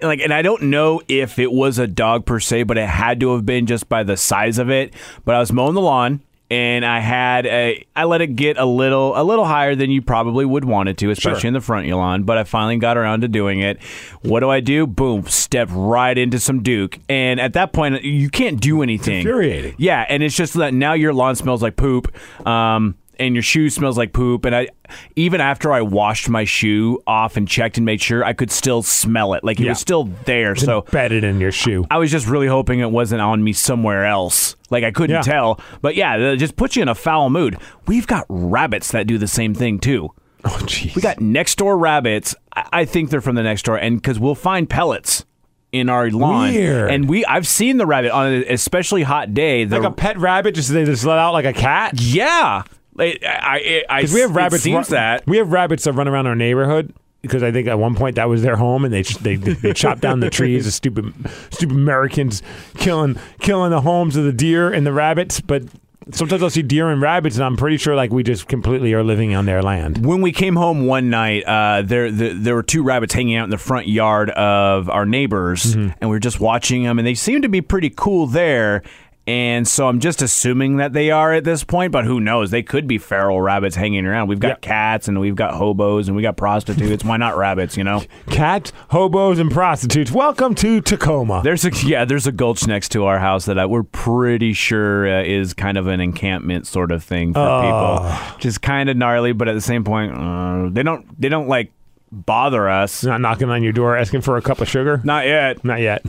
Like, and I don't know if it was a dog per se, but it had to have been just by the size of it. But I was mowing the lawn, and I had a, I let it get a little, a little higher than you probably would want it to, especially in the front lawn. But I finally got around to doing it. What do I do? Boom! Step right into some Duke, and at that point, you can't do anything.
infuriating.
Yeah, and it's just that now your lawn smells like poop, um, and your shoe smells like poop. And I, even after I washed my shoe off and checked and made sure, I could still smell it. Like it
Yeah.
was still there. So
Embedded in your shoe.
I was just really hoping it wasn't on me somewhere else. Like I couldn't
Yeah.
tell. But yeah, that just puts you in a foul mood. We've got rabbits that do the same thing too.
Oh jeez.
We got next door rabbits. I I think they're from the next door, and because we'll find pellets in our lawn,
Weird.
and we I've seen the rabbit on an especially hot day. The
like a pet rabbit, just they just let out like a cat.
Yeah. I, I, I,
Because we have rabbits.
It seems
ru-
that.
we have rabbits that run around our neighborhood. Because I think at one point that was their home, and they they they chopped down the trees. The stupid stupid Americans killing killing the homes of the deer and the rabbits. But sometimes I'll see deer and rabbits, and I'm pretty sure like we just completely are living on their land.
When we came home one night, uh, there the, there were two rabbits hanging out in the front Mm-hmm. yard of our neighbors, and we were just watching them, and they seemed to be pretty cool there. And so I'm just assuming that they are at this point, but who knows? They could be feral rabbits hanging around. We've got
Yeah.
cats and we've got hobos and we got prostitutes. Why not rabbits, you know?
Cats, hobos, and prostitutes. Welcome to Tacoma.
There's a yeah, there's a gulch next to our house that I, we're pretty sure uh, is kind of an encampment sort of thing for people. Just kind of gnarly, but at the same point, uh, they don't they don't like bother us.
It's not knocking on your door asking for a cup of sugar.
Not yet.
Not yet.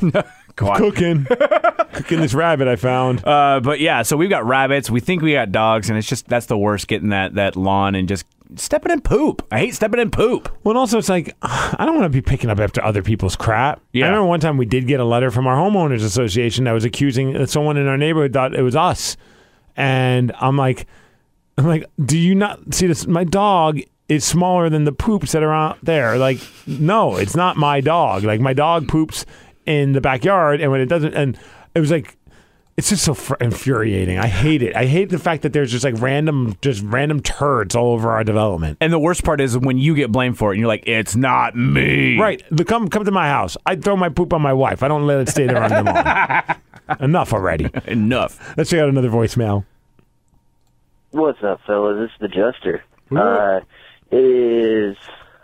God.
Cooking. Cooking this rabbit I found.
Uh, but yeah, so we've got rabbits. We think we got dogs, and it's just that's the worst. Getting that that lawn and just stepping in poop. I hate stepping in poop.
Well, and also it's like I don't want to be picking up after other people's crap.
Yeah.
I remember one time we did get a letter from our homeowners association that was accusing uh, someone in our neighborhood thought it was us, and I'm like, I'm like, do you not see this? My dog is smaller than the poops that are out there. Like, no, it's not my dog. Like my dog poops in the backyard, and when it doesn't, and it was like. It's just so fr- infuriating. I hate it. I hate the fact that there's just like random, just random turds all over our development.
And the worst part is when you get blamed for it, and you're like, "It's not me."
Right. The- Come come to my house. I throw my poop on my wife. I don't let it stay there on the lawn. Enough already.
Enough.
Let's check out another voicemail.
What's up, fellas? It's the Jester. Uh, it is,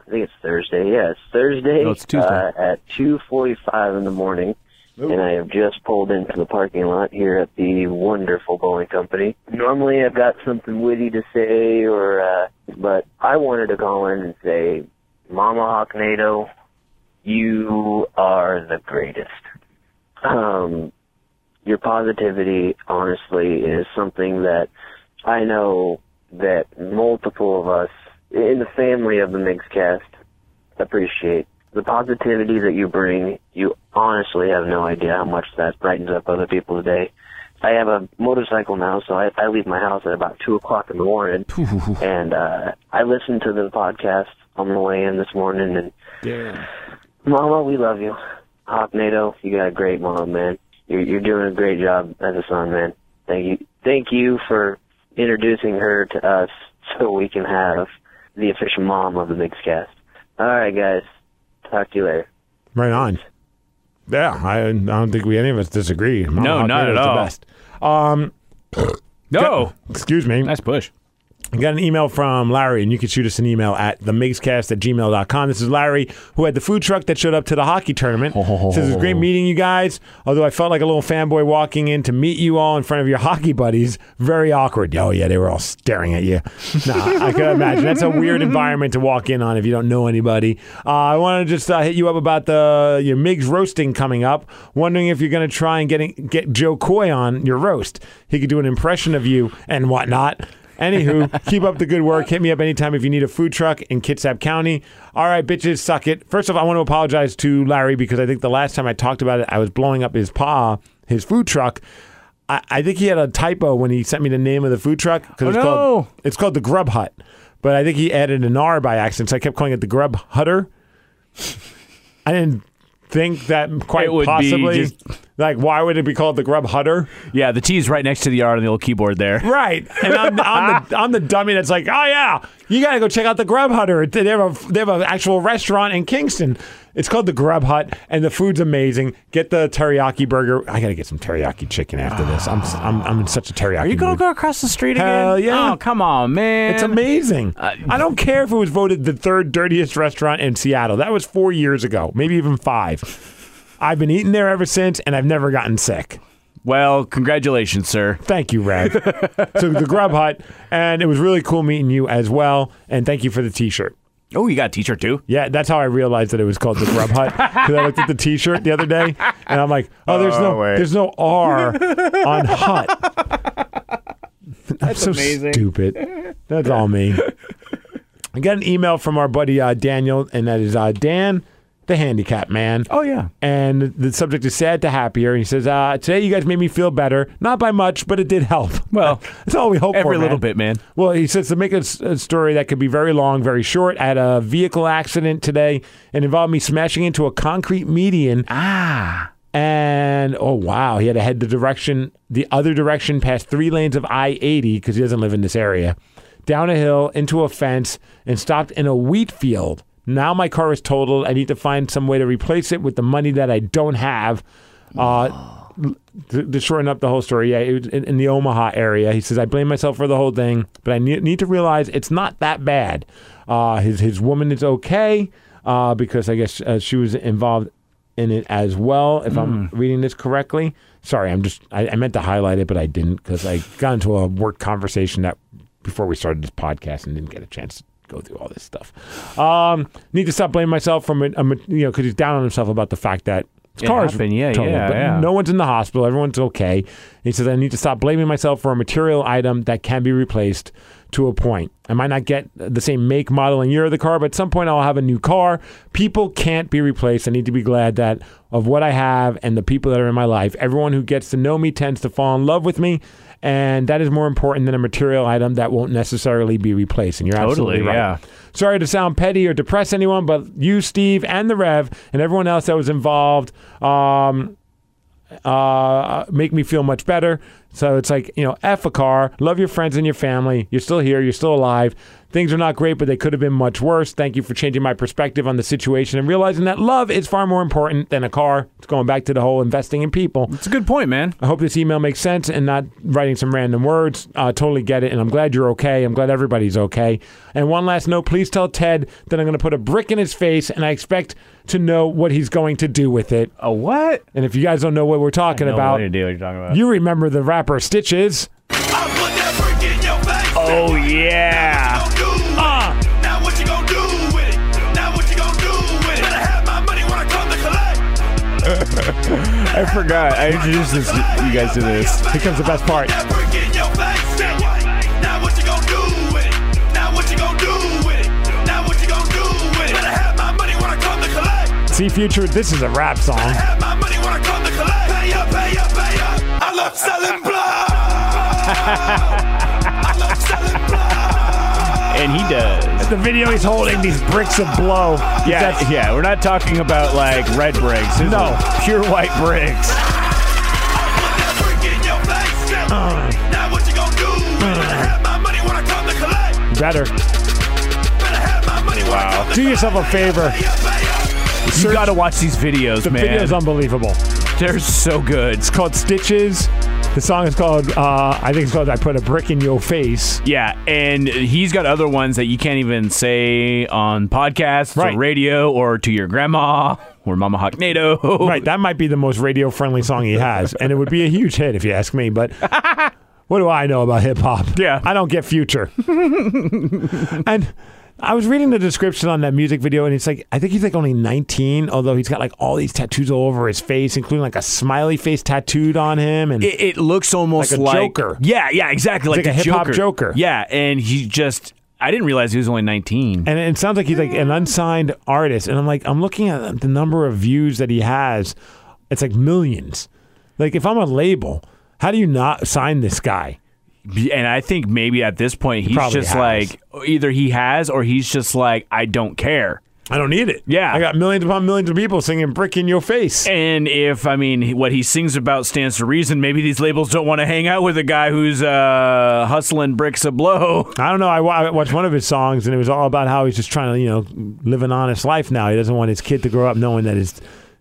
I think it's Thursday. Yeah, it's Thursday
No, it's Tuesday.
Uh, at 2.45 in the morning. And I have just pulled into the parking lot here at the wonderful bowling company. Normally I've got something witty to say or, uh, but I wanted to call in and say, Mama Hawknado, you are the greatest. Um, your positivity, honestly, is something that I know that multiple of us in the family of the Mixcast appreciate. The positivity that you bring, you honestly have no idea how much that brightens up other people's day. I have a motorcycle now, so I, I leave my house at about 2 o'clock in the morning. and uh, I listened to the podcast on the way in this morning, and Mama, we love you. Hawk NATO, you got a great mom, man. You're, you're doing a great job as a son, man. Thank you. Thank you for introducing her to us so we can have the official mom of the Mixcast. All right, guys. Talk to you later.
Right on. Yeah, I, I don't think we any of us disagree. Mama
No,
Hawk
not
Radio's
at all. Oh.
The best. Um,
No.
excuse me.
Nice push.
I got an email from Larry, and you can shoot us an email at themigscast at gmail.com. This is Larry, who had the food truck that showed up to the hockey tournament. Says it was great meeting you guys, although I felt like a little fanboy walking in to meet you all in front of your hockey buddies. Very awkward. Oh, yeah, they were all staring at you. Nah, I could imagine. That's a weird environment to walk in on if you don't know anybody. Uh, I want to just uh, hit you up about the your Migs roasting coming up. Wondering if you're going to try and getting, get Joe Coy on your roast. He could do an impression of you and whatnot. Anywho, keep up the good work. Hit me up anytime if you need a food truck in Kitsap County. All right, bitches, suck it. First off, I want to apologize to Larry because I think the last time I talked about it, I was blowing up his paw, his food truck. I, I think he had a typo when he sent me the name of the food truck because it's
Oh, no.
called it's called the Grub Hut, but I think he added an R by accident, so I kept calling it the Grub Hutter. I didn't think that quite
It would be
possibly.
just-
like, why would it be called the Grub Hutter?
Yeah, the T's right next to the R on the old keyboard there.
Right. And I'm, I'm, the, I'm the dummy that's like, oh, yeah, you got to go check out the Grub Hutter. They have, a, they have an actual restaurant in Kingston. It's called the Grub Hut, and the food's amazing. Get the teriyaki burger. I got to get some teriyaki chicken after this. I'm, s- I'm, I'm in such a teriyaki
Are you gonna
mood.
go across the street again?
Hell yeah.
Oh, come on, man.
It's amazing.
Uh,
I don't care if it was voted the third dirtiest restaurant in Seattle. That was four years ago, maybe even five. I've been eating there ever since, and I've never gotten sick.
Well, congratulations, sir.
Thank you, Rev. so the Grub Hut, and it was really cool meeting you as well. And thank you for the T-shirt.
Oh, you got a T-shirt too.
Yeah, that's how I realized that it was called the Grub Hut because I looked at the T-shirt the other day, and I'm like, oh, there's no, there's no R on hut. That's so stupid. That's all me. I got an email from our buddy uh, Daniel, and that is uh, Dan, the handicap man.
Oh yeah.
And the subject is sad to happier. And he says, uh, Today you guys made me feel better. Not by much, but it did help.
Well,
that's all we hope for.
Every
man.
little bit, man.
Well, he says to make a, s- a story that could be very long, very short. I had a vehicle accident today and involved me smashing into a concrete median. Ah. And oh wow, he had to head the direction, the other direction, past three lanes of I eighty because he doesn't live in this area, down a hill into a fence, and stopped in a wheat field. Now my car is totaled. I need to find some way to replace it with the money that I don't have. Uh, to, to shorten up the whole story, yeah, it was in, in the Omaha area. He says, I blame myself for the whole thing, but I ne- need to realize it's not that bad. Uh, his, his woman is okay uh, because I guess uh, she was involved in it as well, if
Mm.
I'm reading this correctly. Sorry, I'm just, I, I meant to highlight it, but I didn't because I got into a work conversation that before we started this podcast and didn't get a chance to go through all this stuff. Um, need to stop blaming myself from it, um, you know, because he's down on himself about the fact that his
It
car's
happened, yeah,
totaled,
yeah,
but
yeah.
no one's in the hospital. Everyone's okay. He says, I need to stop blaming myself for a material item that can be replaced to a point. I might not get the same make, model, and year of the car, but at some point I'll have a new car. People can't be replaced. I need to be glad that of what I have and the people that are in my life. Everyone who gets to know me tends to fall in love with me. And that is more important than a material item that won't necessarily be replaced. And you're absolutely
Totally,
right.
yeah.
Sorry to sound petty or depress anyone, but you, Steve, and the Rev, and everyone else that was involved, um, uh, make me feel much better. So it's like, you know, F a car, love your friends and your family. You're still here, you're still alive. Things are not great, but they could have been much worse. Thank you for changing my perspective on the situation and realizing that love is far more important than a car. It's going back to the whole investing in people.
It's a good point, man.
I hope this email makes sense and not writing some random words. Uh, totally get it, and I'm glad you're okay. I'm glad everybody's okay. And one last note please tell Ted that I'm going to put a brick in his face, and I expect to know what he's going to do with it.
A what?
And if you guys don't know what we're talking about,
do what you're talking about.
you remember the rapper Stitches.
oh
Uh.
yeah.
Now what you gonna do with it? Now what you gonna do with it? Better have my money when I come to collect.
I forgot. I introduced this, you guys to this.
Here comes the best part.
That brick in your face. Now what? Now what you gonna do with it? Now what you gonna do with it? Now what you gonna do with it? Better have my money when I come to collect.
See, Future, this is a rap song.
Have my money when I come to collect. Pay up, pay up, pay up. I love selling blood. I love selling blood.
And he does.
The video he's holding, these bricks of blow.
Yeah,
That's-
yeah. We're not talking about like red bricks. This
No.
is pure white bricks.
That brick in your face. Now
Uh.
what? Now what you gonna do with it? Better have my money when I come to collect.
better.
Better have my money when I come to
Do yourself a favor.
Pay up, pay up.
You got to watch these videos,
The
man.
video's unbelievable.
They're so good.
It's called Stitches. The song is called, uh, I think it's called I Put a Brick in Your Face.
Yeah, and he's got other ones that you can't even say on podcasts
Right.
or radio or to your grandma or Mama Hocknado.
Right, that might be the most radio friendly song he has, and it would be a huge hit if you ask me, but. What do I know about hip hop?
Yeah.
I don't get future. and I was reading the description on that music video, and it's like, I think he's like only 19, although he's got like all these tattoos all over his face, including like a smiley face tattooed on him. And
It, it looks almost
Like a
like,
Joker.
Yeah, yeah, exactly.
It's
like,
like
the
a hip-hop Joker.
Yeah, and he just, I didn't realize he was only 19.
and it sounds like he's like an unsigned artist. And I'm like, I'm looking at the number of views that he has. It's like millions. Like if I'm a label, how do you not sign this guy?
And I think maybe at this point, he's
probably
just
has.
like, either he has or he's just like, I don't care.
I don't need it.
Yeah.
I got millions upon millions of people singing "Brick in Your Face."
And if, I mean, what he sings about stands to reason, maybe these labels don't want to hang out with a guy who's uh, hustling bricks a blow.
I don't know. I, wa- I watched one of his songs, and it was all about how he's just trying to, you know, live an honest life now. He doesn't want his kid to grow up knowing that his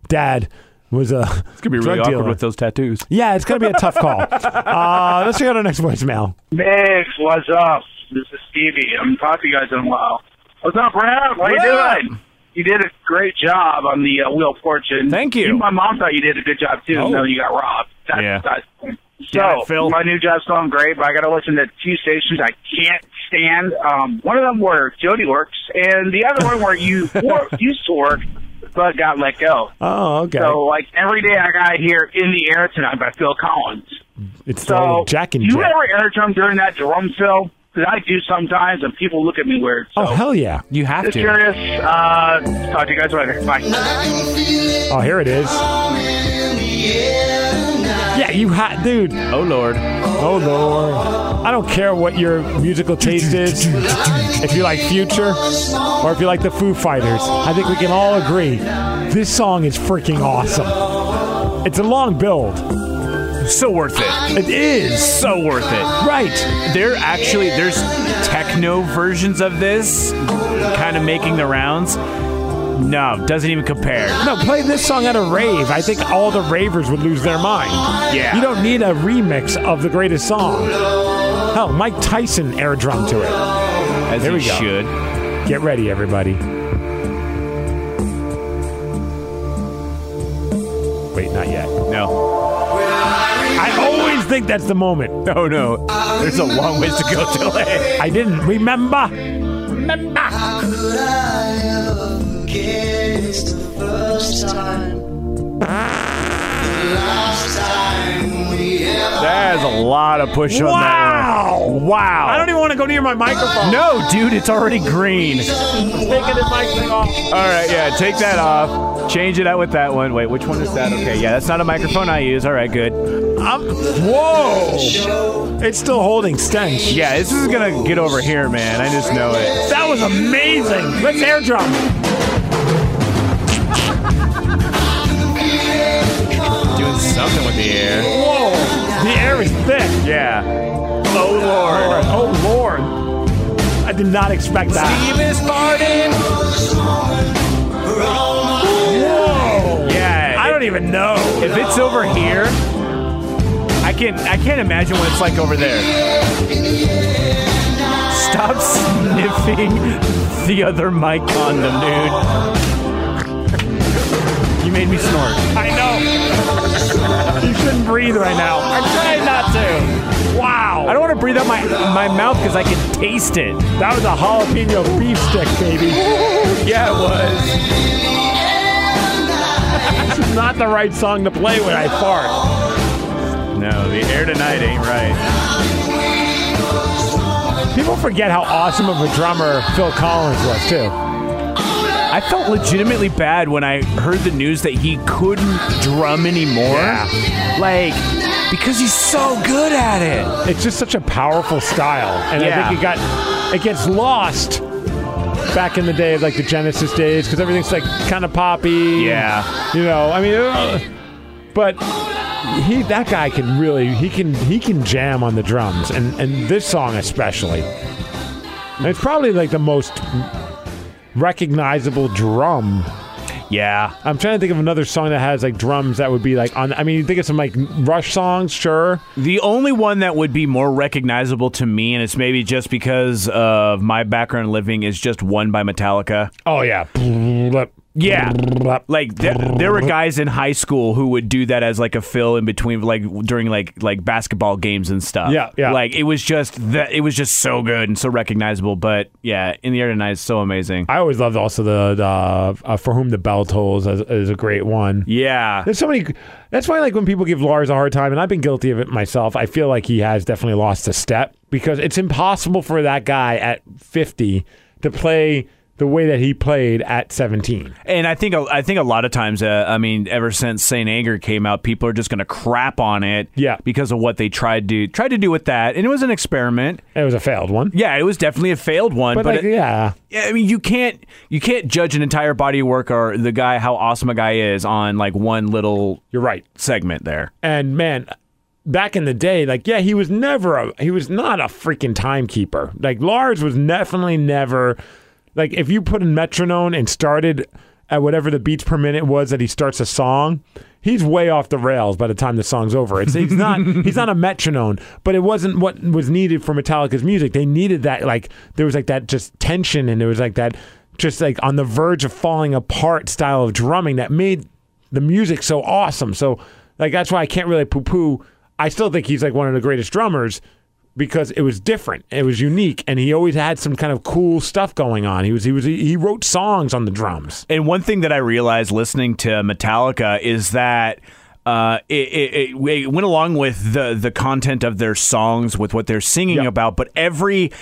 dad was a
It's going to be
drug
really awkward
dealer.
with those tattoos.
Yeah, it's gonna be a tough call. uh, let's check out our next voicemail.
Mix, what's up? This is Stevie. I haven't talked to you guys in a while. What's up, Brad? How you
Brad!
doing? You did a great job on the uh, Wheel of Fortune.
Thank you.
My mom thought you did a good job too,
Oh.
even though you got robbed. That's,
Yeah.
That's,
Damn
so
it, Phil.
my new job's going great, but I got to listen to two stations I can't stand. Um, one of them where Jody works, and the other one where you wor- used to work but got let go.
Oh, okay.
So like every day I got to hear "In the Air Tonight" by Phil Collins.
it's
So
so, Jack and
you
Jack.
ever air drum during that drum fill? Because I do sometimes, and people look at me weird. So.
oh hell yeah!
You have
Just
to.
curious. Uh, talk to you guys later. Bye.
Oh, here it is. Yeah, you hot dude.
Oh lord.
Oh lord. I don't care what your musical taste is. If you like Future or if you like the Foo Fighters, I think we can all agree this song is freaking awesome. It's a long build.
So worth it.
It is.
So worth it.
Right.
There actually there's techno versions of this kind of making the rounds. No, doesn't even compare.
No, play this song at a rave. I think all the ravers would lose their mind.
Yeah.
You don't need a remix of the greatest song. Hell, Mike Tyson air drum to it.
As
There
you
we go.
should.
Get ready, everybody. Wait, not yet.
No.
I always think that's the moment.
No, no. There's a long ways to go till it.
I didn't remember. Remember.
There's a lot of push on that
Wow.
one. Wow.
I don't even want to go near my microphone.
No, dude, it's already green.
Taking the mic thing off.
All right, yeah, take that off. Change it out with that one. Wait, which one is that? Okay, yeah, that's not a microphone I use. All right, good.
I'm, whoa. It's still holding stench.
Yeah, this is gonna get over here, man. I just know it.
That was amazing. Let's air drum.
Doing something with the air.
Whoa. The air is thick.
Yeah.
Oh lord. Oh lord. I did not expect that. Whoa.
Yeah.
I don't even know.
If it's over here, I can I can't imagine what it's like over there. Stop sniffing the other mic condom, dude. You made me snort.
I know. you shouldn't breathe right now. I'm trying not to. Wow.
I don't want to breathe out my my mouth because I can taste it.
That was a jalapeno beef stick, baby.
Yeah, it was.
this is not the right song to play when I fart.
No, the air tonight ain't right.
People forget how awesome of a drummer Phil Collins was, too.
I felt legitimately bad when I heard the news that he couldn't drum anymore. Like, because he's so good at it.
It's just such a powerful style. And
Yeah.
I think it got it gets lost back in the day of like the Genesis days because everything's like kind of poppy.
Yeah.
You know, I mean, uh, but he that guy can really he can he can jam on the drums and and this song especially. And it's probably like the most recognizable drum.
Yeah.
I'm trying to think of another song that has like drums that would be like on. I mean, you think of some like Rush songs, sure.
The only one that would be more recognizable to me, and it's maybe just because of my background living, is just one by Metallica.
Oh yeah,
Yeah. Like there, there were guys in high school who would do that as like a fill in between, like during like like basketball games and stuff.
Yeah, yeah.
Like it was just that it was just so good and so recognizable. But yeah, in the air tonight is so amazing.
I always loved also the, the uh, for whom the bell tolls is, is a great one.
yeah.
There's so many. That's why, like, when people give Lars a hard time, and I've been guilty of it myself, I feel like he has definitely lost a step because it's impossible for that guy at 50 to play the way that he played at 17.
And I think I think a lot of times, uh, I mean, ever since Saint Anger came out, people are just going to crap on it,
Yeah.
because of what they tried to tried to do with that, and it was an experiment.
It was a failed one.
Yeah, it was definitely a failed one,
But,
but,
like,
it-
yeah.
yeah, I mean, you can't you can't judge an entire body of work or the guy how awesome a guy is on like one little
You're right.
segment there.
And man, back in the day, like yeah, he was never a he was not a freaking timekeeper. Like Lars was definitely never like if you put a metronome and started at whatever the beats per minute was that he starts a song, he's way off the rails by the time the song's over. It's he's not he's not a metronome, but it wasn't what was needed for Metallica's music. They needed that like there was like that just tension and there was like that just like on the verge of falling apart style of drumming that made the music so awesome. So like that's why I can't really poo poo. I still think he's like one of the greatest drummers because it was different, it was unique, and he always had some kind of cool stuff going on. He was he was he wrote songs on the drums.
And one thing that I realized listening to Metallica is that uh, it, it, it, it went along with the the content of their songs, with what they're singing
Yep.
about. But every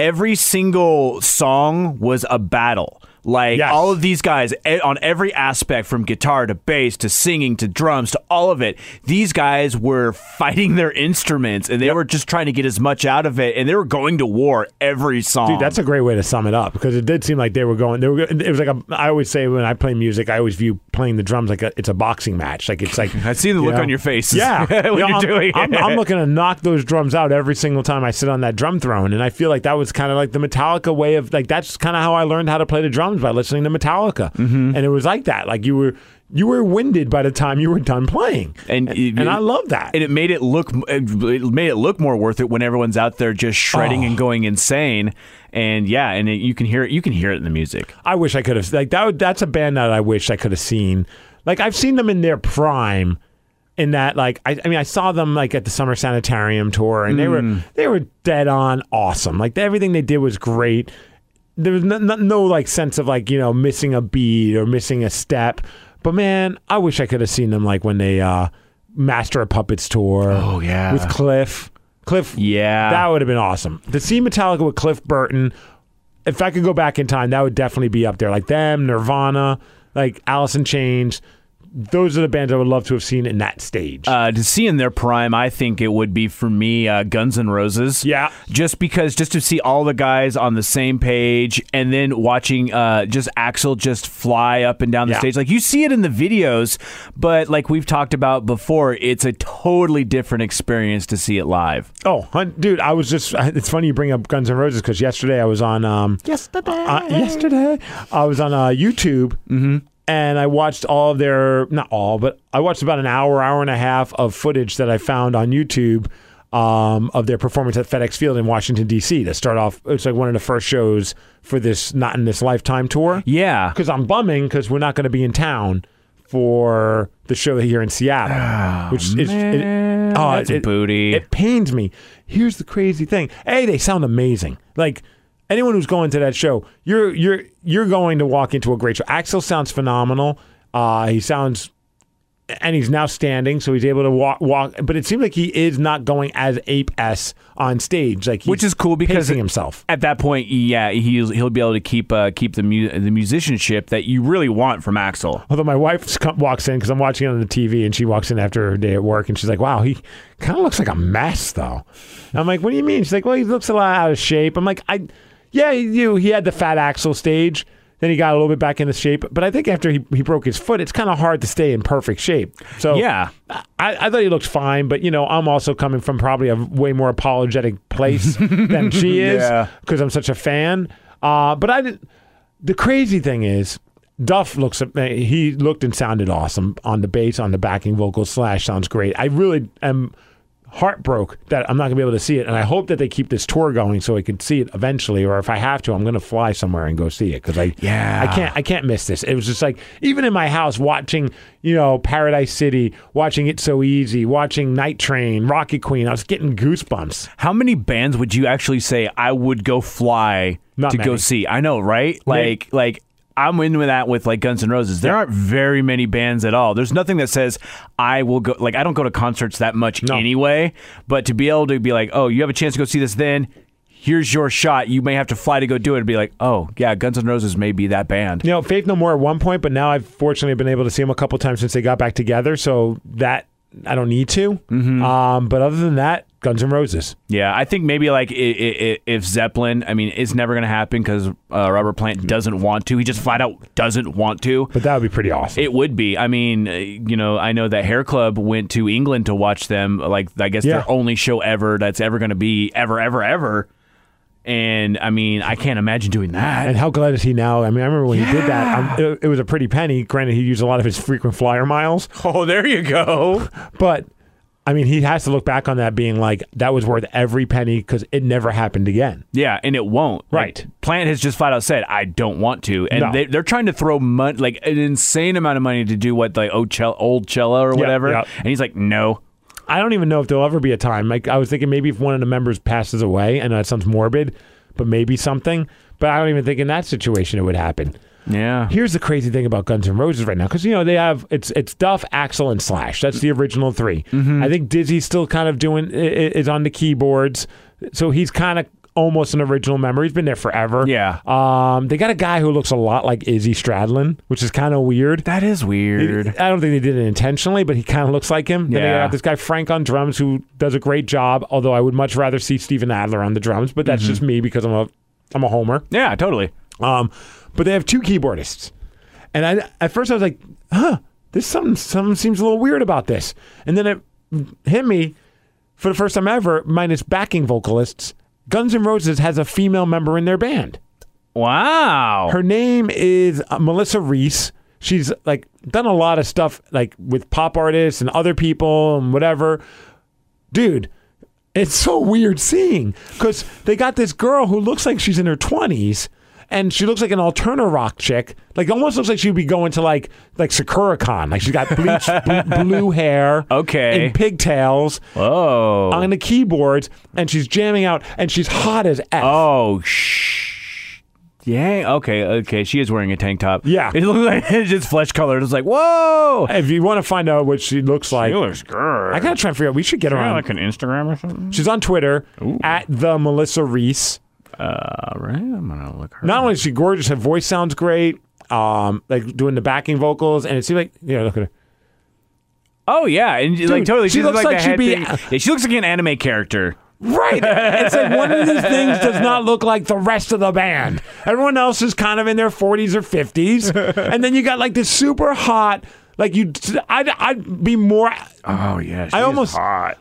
every single song was a battle. Like
Yes.
all of these guys e- on every aspect, from guitar to bass to singing to drums to all of it, these guys were fighting their instruments and they were just trying to get as much out of it, and they were going to war every song.
Dude, that's a great way to sum it up because it did seem like they were going. They were. It was like a, I always say when I play music, I always view playing the drums like a, it's a boxing match. Like it's like
I see the
you
look
know?
on your face.
Yeah, You
when
know,
you're
I'm,
doing
I'm,
it.
I'm looking to knock those drums out every single time I sit on that drum throne, and I feel like that was kind of like the Metallica way of like that's kind of how I learned how to play the drums by listening to Metallica,
Mm-hmm.
and it was like that. Like you were you were winded by the time you were done playing,
And you-
and I love that.
and it made it look it made it look more worth it when everyone's out there just shredding
Oh.
and going insane. And yeah, and it, you can hear it. You can hear it in the music.
I wish I could have like that. would- That's a band that I wish I could have seen. Like I've seen them in their prime. In that, like, I, I mean, I saw them like at the Summer Sanitarium tour, and they
Mm.
were they were dead on awesome. Like everything they did was great. There was no, no, no like sense of like you know missing a beat or missing a step. But man, I wish I could have seen them like when they uh Master of Puppets tour. Oh
yeah.
with Cliff. Cliff.
Yeah.
that would have been awesome. To see Metallica with Cliff Burton if I could go back in time, that would definitely be up there. Like them, Nirvana, like Alice in Chains. Those are the bands I would love to have seen in that stage.
Uh, to see in their prime, I think it would be for me uh, Guns N' Roses.
Yeah.
just because just to see all the guys on the same page, and then watching uh, just Axel just fly up and down the
Yeah.
stage. Like you see it in the videos, but like we've talked about before, it's a totally different experience to see it live.
oh, hun- dude, I was just. It's funny you bring up Guns N' Roses because yesterday I was on. Um, yesterday. yesterday, I was on uh, YouTube.
Mm-hmm.
And I watched all of their, not all, but I watched about an hour, hour and a half of footage that I found on YouTube um, of their performance at FedEx Field in Washington, D.C. to start off. It's like one of the first shows for this Not in This Lifetime tour.
Yeah,
because I'm bumming because we're not going to be in town for the show here in Seattle, which is it, oh,
Oh, that's a booty.
It pains me. Here's the crazy thing: a they sound amazing. Like anyone who's going to that show, you're you're you're going to walk into a great show. Axel sounds phenomenal. Uh, he sounds and he's now standing, so he's able to walk. Walk, but it seems like he is not going as ape s on stage, like he's
Which is cool because-
pacing himself.
at that point, yeah, he'll he'll be able to keep uh, keep the mu- the musicianship that you really want from Axel.
Although my wife come, walks in because I'm watching it on the TV, and she walks in after her day at work, and she's like, "Wow, he kind of looks like a mess, though." I'm like, "What do you mean?" She's like, "Well, he looks a lot out of shape." I'm like, "I, yeah, you. He had the fat axle stage, then he got a little bit back into shape, but I think after he, he broke his foot, it's kind of hard to stay in perfect shape." So
Yeah.
I, I thought he looked fine, but you know, I'm also coming from probably a way more apologetic place than she is
Yeah.
because I'm such a fan. Uh, but I didn't. The crazy thing is, Duff looks. eh, He looked and sounded awesome on the bass, on the backing vocals. Slash sounds great. I really am heartbroken that I'm not gonna be able to see it, and I hope that they keep this tour going so I can see it eventually. Or if I have to, I'm gonna fly somewhere and go see it because I
Yeah.
I can't I can't miss this. It was just like even in my house watching you know Paradise City, watching It So Easy, watching Night Train, Rocket Queen. I was getting goosebumps.
How many bands would you actually say I would go fly
Not
to go
many.
see? I know, right? Like like I'm in with that with like Guns N' Roses. There aren't very many bands at all. There's nothing that says I will go like I don't go to concerts that much
No.
anyway, but to be able to be like, "Oh, you have a chance to go see this then." Here's your shot. You may have to fly to go do it and be like, "Oh, yeah, Guns N' Roses may be that band."
You know, Faith No More at one point, but now I've fortunately been able to see them a couple times since they got back together. So that I don't need to. Um, but other than that, Guns N' Roses.
Yeah, I think maybe like i- i- i- if Zeppelin, I mean, it's never going to happen because uh, Robert Plant doesn't want to. He just flat out doesn't want to.
But that would be pretty awesome.
It would be. I mean, uh, you know, I know that Hair Club went to England to watch them. Like, I guess
Yeah.
their only show ever that's ever going to be ever, ever, ever. And I mean, I can't imagine doing that.
and how glad is he now? I mean, I remember when he did that. Um, it, it was a pretty penny. Granted, he used a lot of his frequent flyer miles,
Oh, there you go.
but I mean, he has to look back on that being like that was worth every penny because it never happened again.
Yeah, and it won't. Like,
Right.
Plant has just flat out said, "I don't want to," and
No.
they, they're trying to throw mon- like an insane amount of money to do what like old Cella, old Cella or whatever.
yeah.
And he's like, "No."
I don't even know if there'll ever be a time. Like I was thinking, maybe if one of the members passes away, I know that sounds morbid, but maybe something. But I don't even think in that situation it would happen.
Yeah.
Here's the crazy thing about Guns N' Roses right now, because you know they have it's it's Duff, Axel, and Slash. That's the original 3
Mm-hmm.
I think Dizzy's still kind of doing i- i- is on the keyboards, so he's kind of almost an original member. He's been there forever.
Yeah. Uh,
Um, they got a guy who looks a lot like Izzy Stradlin, which is kind of weird.
that is weird.
I don't think they did it intentionally, but he kind of looks like him. Then they
Yeah.
got this guy Frank on drums who does a great job. Although I would much rather see Steven Adler on the drums, but
Mm-hmm.
that's just me because I'm a I'm a homer.
Yeah, totally.
Um, but they have two keyboardists, And I, at first I was like, huh, this something, something seems a little weird about this. And then it hit me for the first time ever, minus backing vocalists, Guns N' Roses has a female member in their band.
Wow.
Her name is uh, Melissa Reese. She's like done a lot of stuff like with pop artists and other people and whatever. Dude, it's so weird seeing because they got this girl who looks like she's in her twenties and she looks like an alterna rock chick. Like almost looks like she'd be going to like like Sakura Con. Like she's got bleached bl- blue hair,
Okay.
and pigtails
oh.
on the keyboards, and she's jamming out, and she's hot as f.
Oh, shh. Yeah. Okay. Okay. She is wearing a tank top.
Yeah.
It looks like it's just flesh colored. It's like, whoa.
If you want to find out what she looks like,
good.
I gotta try and figure out. We should get her on.
an Instagram or something.
She's on Twitter at the Melissa Reese.
All Uh, right. I'm gonna look her.
Not only is she gorgeous, her voice sounds great. Um, like doing the backing vocals, and it seems like yeah, look at her.
Oh yeah, and like totally.
she
she's
looks
like,
like
the
she'd
head
be-
thing. Yeah, she looks like an anime character.
Right, it's like one of these things does not look like the rest of the band. Everyone else is kind of in their forties or fifties, and then you got like this super hot. Like you, I'd, I'd be more.
Oh yeah,
I almost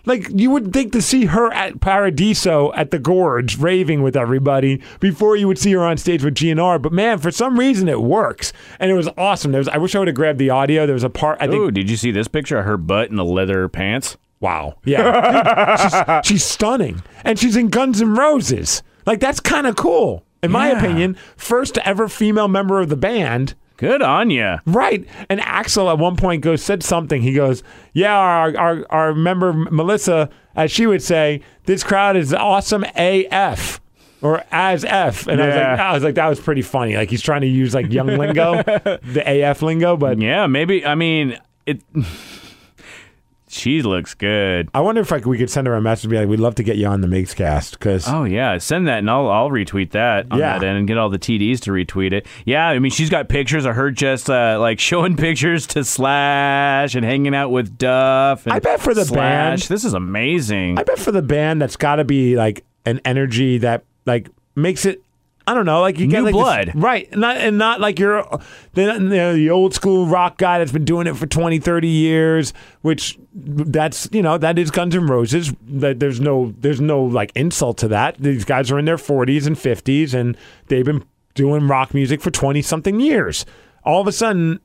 like you would think to see her at Paradiso at the Gorge raving with everybody before you would see her on stage with GNR. But man, for some reason it works, and it was awesome. There was I wish I would have grabbed the audio. There was a part I think.
Ooh, did you see this picture of her butt in the leather pants?
Wow, yeah, Dude, she's, she's stunning, and she's in Guns N' Roses. Like that's kind of cool, in my
Yeah.
opinion. First ever female member of the band.
Good on you.
Right. And Axel at one point goes said something. He goes, "Yeah, our our, our member Melissa, as she would say, this crowd is awesome AF." Or as F, and I was like,
Yeah.
I was like, that was pretty funny. Like he's trying to use like young lingo, the AF lingo. But
Yeah, maybe. I mean, it. she looks good.
I wonder if like we could send her a message, and be like, we'd love to get you on the Migs cast because
Oh yeah, send that and I'll I'll retweet that on
Yeah.
that end and get all the TDs to retweet it. Yeah, I mean she's got pictures of her just uh, like showing pictures to Slash and hanging out with Duff. And
I bet for the band-
Slash. this is amazing.
I bet for the band that's got to be like an energy that like makes it. I don't know, like you get
New
like
blood.
this, right? Not and not like you're the, you know, the old school rock guy that's been doing it for 20, 30 years. Which that's you know that is Guns N' Roses. That there's no there's no like insult to that. These guys are in their forties and fifties, and they've been doing rock music for twenty something years. All of a sudden,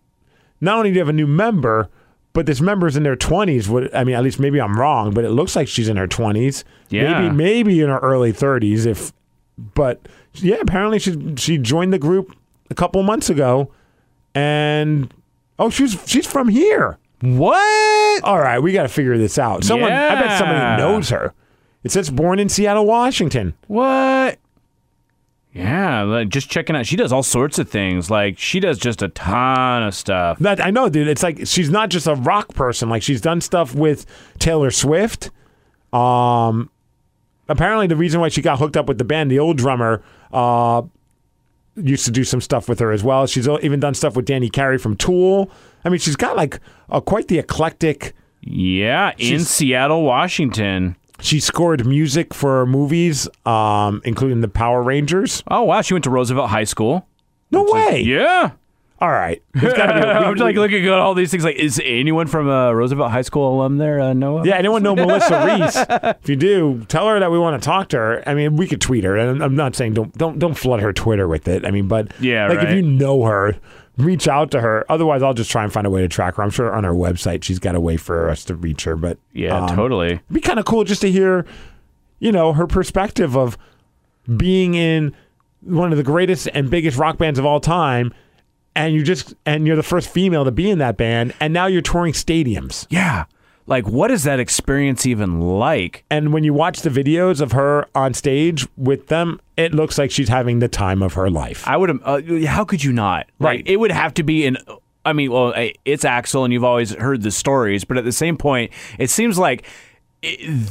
not only do you have a new member, but this member's in their twenties. What I mean, at least maybe I'm wrong, but it looks like she's in her twenties.
Yeah.
Maybe maybe in her early thirties. If, but yeah, apparently she she joined the group a couple months ago, and oh, she's she's from here.
what?
All right, we got to figure this out. Someone, I bet
Yeah.
somebody knows her. It says born in Seattle, Washington.
What? Yeah, like just checking out. She does all sorts of things. Like she does just a ton of stuff.
That I know, dude. It's like she's not just a rock person. Like she's done stuff with Taylor Swift. Um, apparently the reason why she got hooked up with the band, the old drummer, uh, used to do some stuff with her as well. She's even done stuff with Danny Carey from Tool. I mean, she's got like a, quite the eclectic.
Yeah, in
She's-
Seattle, Washington.
She scored music for movies, um, including the Power Rangers.
Oh wow, she went to Roosevelt High School.
No way.
Yeah.
All right. There's gotta be a-
I'm like looking at all these things. Like, is anyone from uh, Roosevelt High School alum there? Uh, Noah?
Yeah, anyone know Melissa Reese? If you do, tell her that we want to talk to her. I mean, we could tweet her, and I'm- I'm not saying don't don't don't flood her Twitter with it. I mean, but
Yeah,
like
right.
if you know her, reach out to her. Otherwise, I'll just try and find a way to track her. I'm sure on her website she's got a way for us to reach her. But
Yeah,
um,
totally.
It'd be kind of cool just to hear, you know, her perspective of being in one of the greatest and biggest rock bands of all time. And you just and you're the first female to be in that band, and now you're touring stadiums.
Yeah. Like, what is that experience even like?
And when you watch the videos of her on stage with them, it looks like she's having the time of her life.
I would. Uh, how could you not? Like,
Right.
it would have to be an. I mean, well, I- it's Axel, and you've always heard the stories, but at the same point, it seems like. i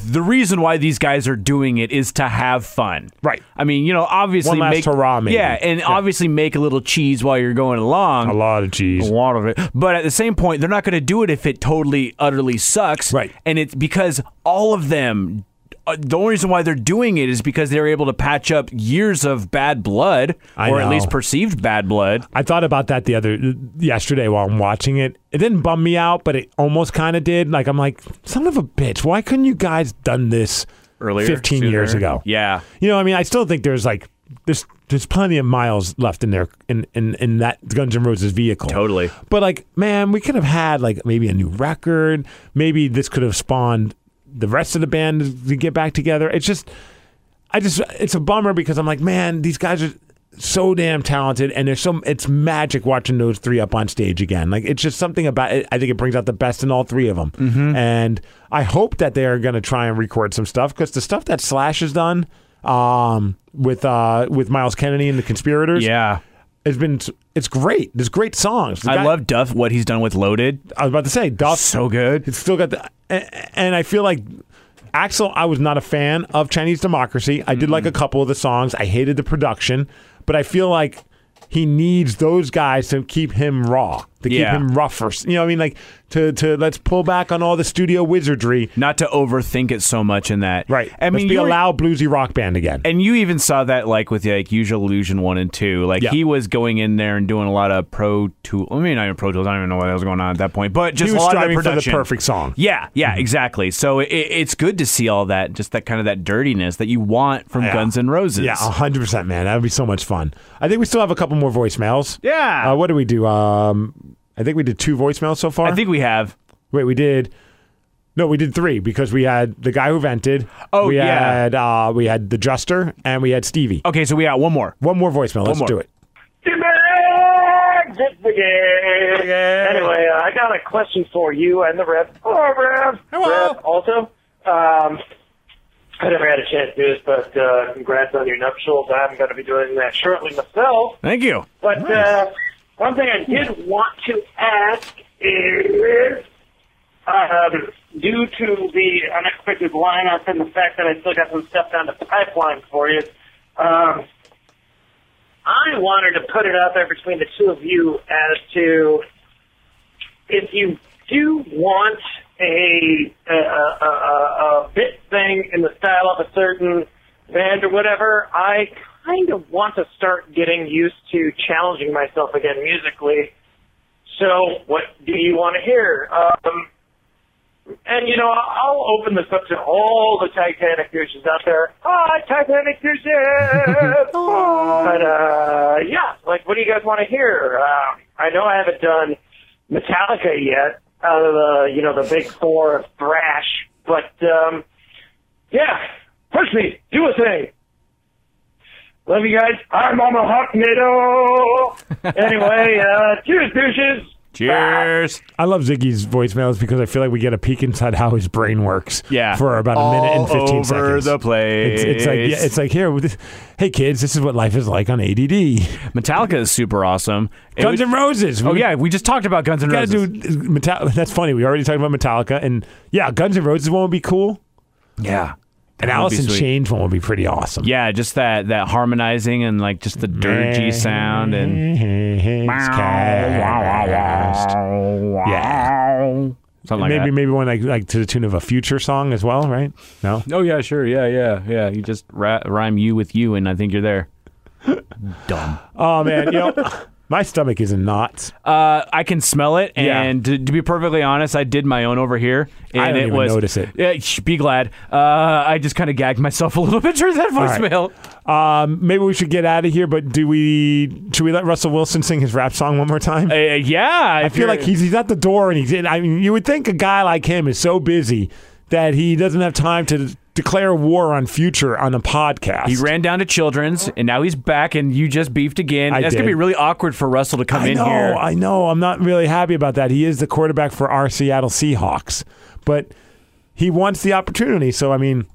the reason why these guys are doing it is to have fun,
Right.
I mean, you know, obviously
One last
make
hurrah, maybe.
yeah, and
Yeah.
obviously make a little cheese while you're going along.
lot of cheese.
a lot of it. But at the same point, they're not going to do it if it totally, utterly sucks.
Right.
And it's because all of them uh, the only reason why they're doing it is because they're able to patch up years of bad blood,
I
or at
know.
least perceived bad blood.
I thought about that the other yesterday while I'm watching it. It didn't bum me out, but it almost kind of did. Like I'm like, son of a bitch, why couldn't you guys done this
Earlier,
15 years
sooner.
ago?
Yeah,
You know, I mean, I still think there's like there's there's plenty of miles left in there in in, in that Guns N' Roses vehicle.
Totally.
But like, man, we could have had like maybe a new record. Maybe this could have spawned the rest of the band to get back together. It's just, I just, it's a bummer because I'm like, man, these guys are so damn talented, and there's so it's magic watching those three up on stage again. Like it's just something about it. I think it brings out the best in all three of them,
Mm-hmm.
and I hope that they are going to try and record some stuff because the stuff that Slash has done um with uh with Miles Kennedy and the Conspirators
yeah.
has been it's great there's great songs The
I
guy- Oh.
love Duff. What he's done with Loaded,
I was about to say Duff.
so good.
It's still got the, a- and I feel like Axel. I was not a fan of Chinese Democracy. I did like a
Mm-hmm.
couple of the songs. I hated the production, but I feel like he needs those guys to keep him raw, to
Yeah.
keep him rougher. You know, what I mean, like to to let's pull back on all the studio wizardry.
Not to overthink it so much in that, I
let's
mean,
be
you
a
were-
loud bluesy rock band again.
and you even saw that like with like usual illusion one and two like
Yeah.
he was going in there and doing a lot of pro tool i mean not even pro tools i don't even know what was going on at that point but just
he
a
was
lot of the
striving for the
production
perfect Mm-hmm. song.
yeah yeah exactly so it, it's good to see all that just that kind of that dirtiness that you want from
Yeah.
guns and roses
Yeah, Uh-huh. hundred percent, man. That would be so much fun. I think we still have a couple more voicemails.
Yeah.
Uh, what do we do? Um, I think we did two voicemails so far.
i think we have
Wait, we did. No, we did three because we had the guy who vented.
Oh,
we
yeah.
had uh, we had the Juster and we had Stevie.
okay so we got one more
One more voicemail. Let's
more.
do it.
Anyway, uh, I got a question for you and the rep. Hello, Rev. Hello. Rev, also, um, I never had a chance to do this, but uh, congrats on your nuptials. I'm going to be doing that shortly myself.
thank you
But uh, one thing I did want to ask is, um, due to the unexpected lineup and the fact that I still got some stuff down the pipeline for you, um, I wanted to put it out there between the two of you as to if you do want a a, a, a, a bit thing in the style of a certain band or whatever, I kind of want to start getting used to challenging myself again musically. So, what do you want to hear? Um, and you know, I'll open this up to all the Titanic douches out there. Hi, Titanic douches. but uh, yeah, like, what do you guys want to hear? Uh, I know I haven't done Metallica yet, out of the you know the big four of thrash, but um, yeah, push me, do a thing. Love you guys. I'm on the hot NATO. anyway, uh, cheers, douches.
cheers
I love Ziggy's voicemails because I feel like we get a peek inside how his brain works.
Yeah.
For about a minute and
All
fifteen
over
seconds.
the place.
It's, it's like yeah, it's like here. with this- Hey kids, this is what life is like on ADD.
metallica is super awesome It
Guns
was-
N' Roses.
oh
We-
yeah we just talked about guns and
Gotta
roses
do Metal- that's funny. We already talked about Metallica, and yeah, Guns N' Roses one would be cool,
yeah
and
That would be
Alice in
sweet.
Chains one would be pretty awesome.
yeah just that that harmonizing and like just the dirgy sound and
Mm-hmm. It's cast. Yeah,
something like
maybe
that.
maybe one like like to the tune of a future song as well, right? No,
Oh yeah, sure, yeah, yeah, yeah. You just ra- rhyme you with you, and I think you're there. Dumb.
oh man, you know, my stomach is in knots.
Uh, I can smell it,
Yeah.
and to, to be perfectly honest, I did my own over here, and
I didn't
it
even
was
notice it.
Yeah, sh- be glad. Uh, I just kind of gagged myself a little bit during that
right.
voicemail.
Um, maybe we should get out of here, but do we should we let Russell Wilson sing his rap song one more time?
Uh, yeah,
I feel like he's he's at the door, and he's. In, I mean, you would think a guy like him is so busy that he doesn't have time to declare war on future on a podcast.
He ran down to Children's, and now he's back, and you just beefed again.
I
That's gonna
did.
be really awkward for Russell to come
I
in
know,
here.
I know. I'm not really happy about that. He is the quarterback for our Seattle Seahawks, but he wants the opportunity. So I mean,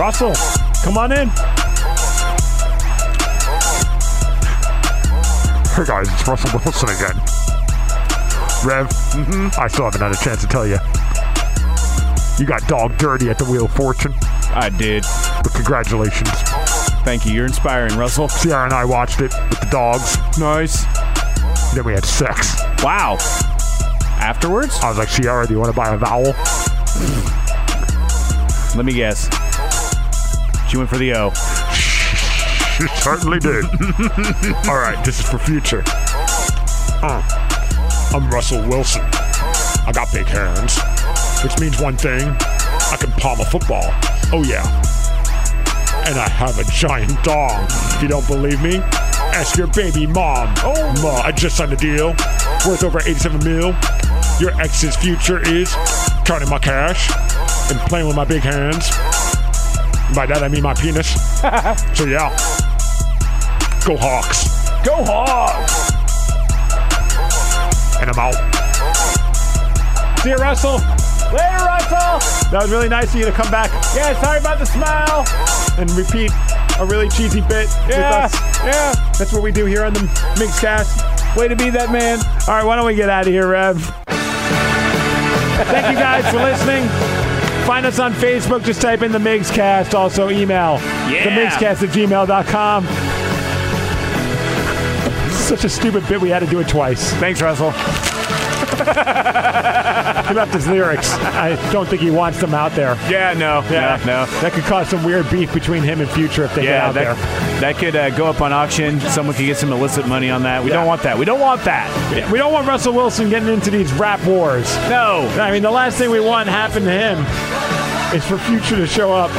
Russell, come on in.
Hey guys, it's Russell Wilson again. Rev, mm-hmm. I still haven't had a chance to tell you. You got dog dirty at the Wheel of Fortune,
I did.
but congratulations.
Thank you. You're inspiring, Russell.
Sierra and I watched it with the dogs,
Nice.
then we had sex.
Wow. Afterwards.
I was like, Sierra, do you want to buy a vowel?
Let me guess. She went for the O.
She certainly did. All right, this is for future. Uh, I'm Russell Wilson. I got big hands, which means one thing I can palm a football. Oh, yeah. And I have a giant dong. If you don't believe me, ask your baby mom. Oh, Ma, I just signed a deal worth over 87 mil. Your ex's future is counting my cash and playing with my big hands. By that, I mean my penis. so, yeah. Go Hawks. Go Hawks! And I'm out.
See you, Russell. Later, Russell. That was really nice of you to come back. Yeah, sorry about the smile. And repeat a really cheesy bit
Yeah,
with us. Yeah. That's what we do here on the Mixcast. Way to be that man. All right, why don't we get out of here, Rev? Thank you guys for listening. Find us on Facebook. Just type in the Mixcast. Also, email
Yeah.
the Mixcast at gmail.com. Such a stupid bit. We had to do it twice.
Thanks, Russell.
He left his lyrics. I don't think he wants them out there.
Yeah, no, yeah, no.
That could cause some weird beef between him and Future if they get
Yeah,
out
that,
there.
that could uh, go up on auction. Someone could get some illicit money on that. We
Yeah.
don't want that. We don't want that.
We don't want Russell Wilson getting into these rap wars.
No.
I mean, the last thing we want happen to him is for Future to show up.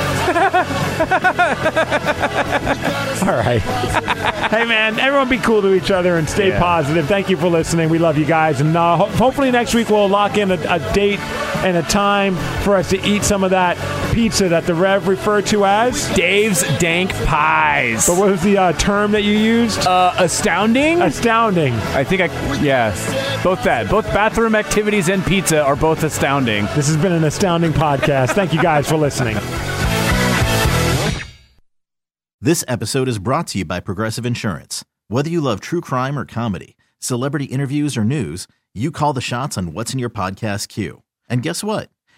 All right. hey, man, everyone be cool to each other and stay
Yeah.
positive. Thank you for listening. We love you guys. And uh, ho- hopefully next week we'll lock in a, a date and a time for us to eat some of that pizza that the Rev referred to as.
Dave's Dank Pies.
But what was the uh, term that you used?
uh, astounding?
Astounding.
I think I. Yeah. Both that. Both bathroom activities and pizza are both astounding.
This has been an astounding podcast. Thank you guys for listening.
This episode is brought to you by Progressive Insurance. Whether you love true crime or comedy, celebrity interviews or news, you call the shots on what's in your podcast queue. And guess what?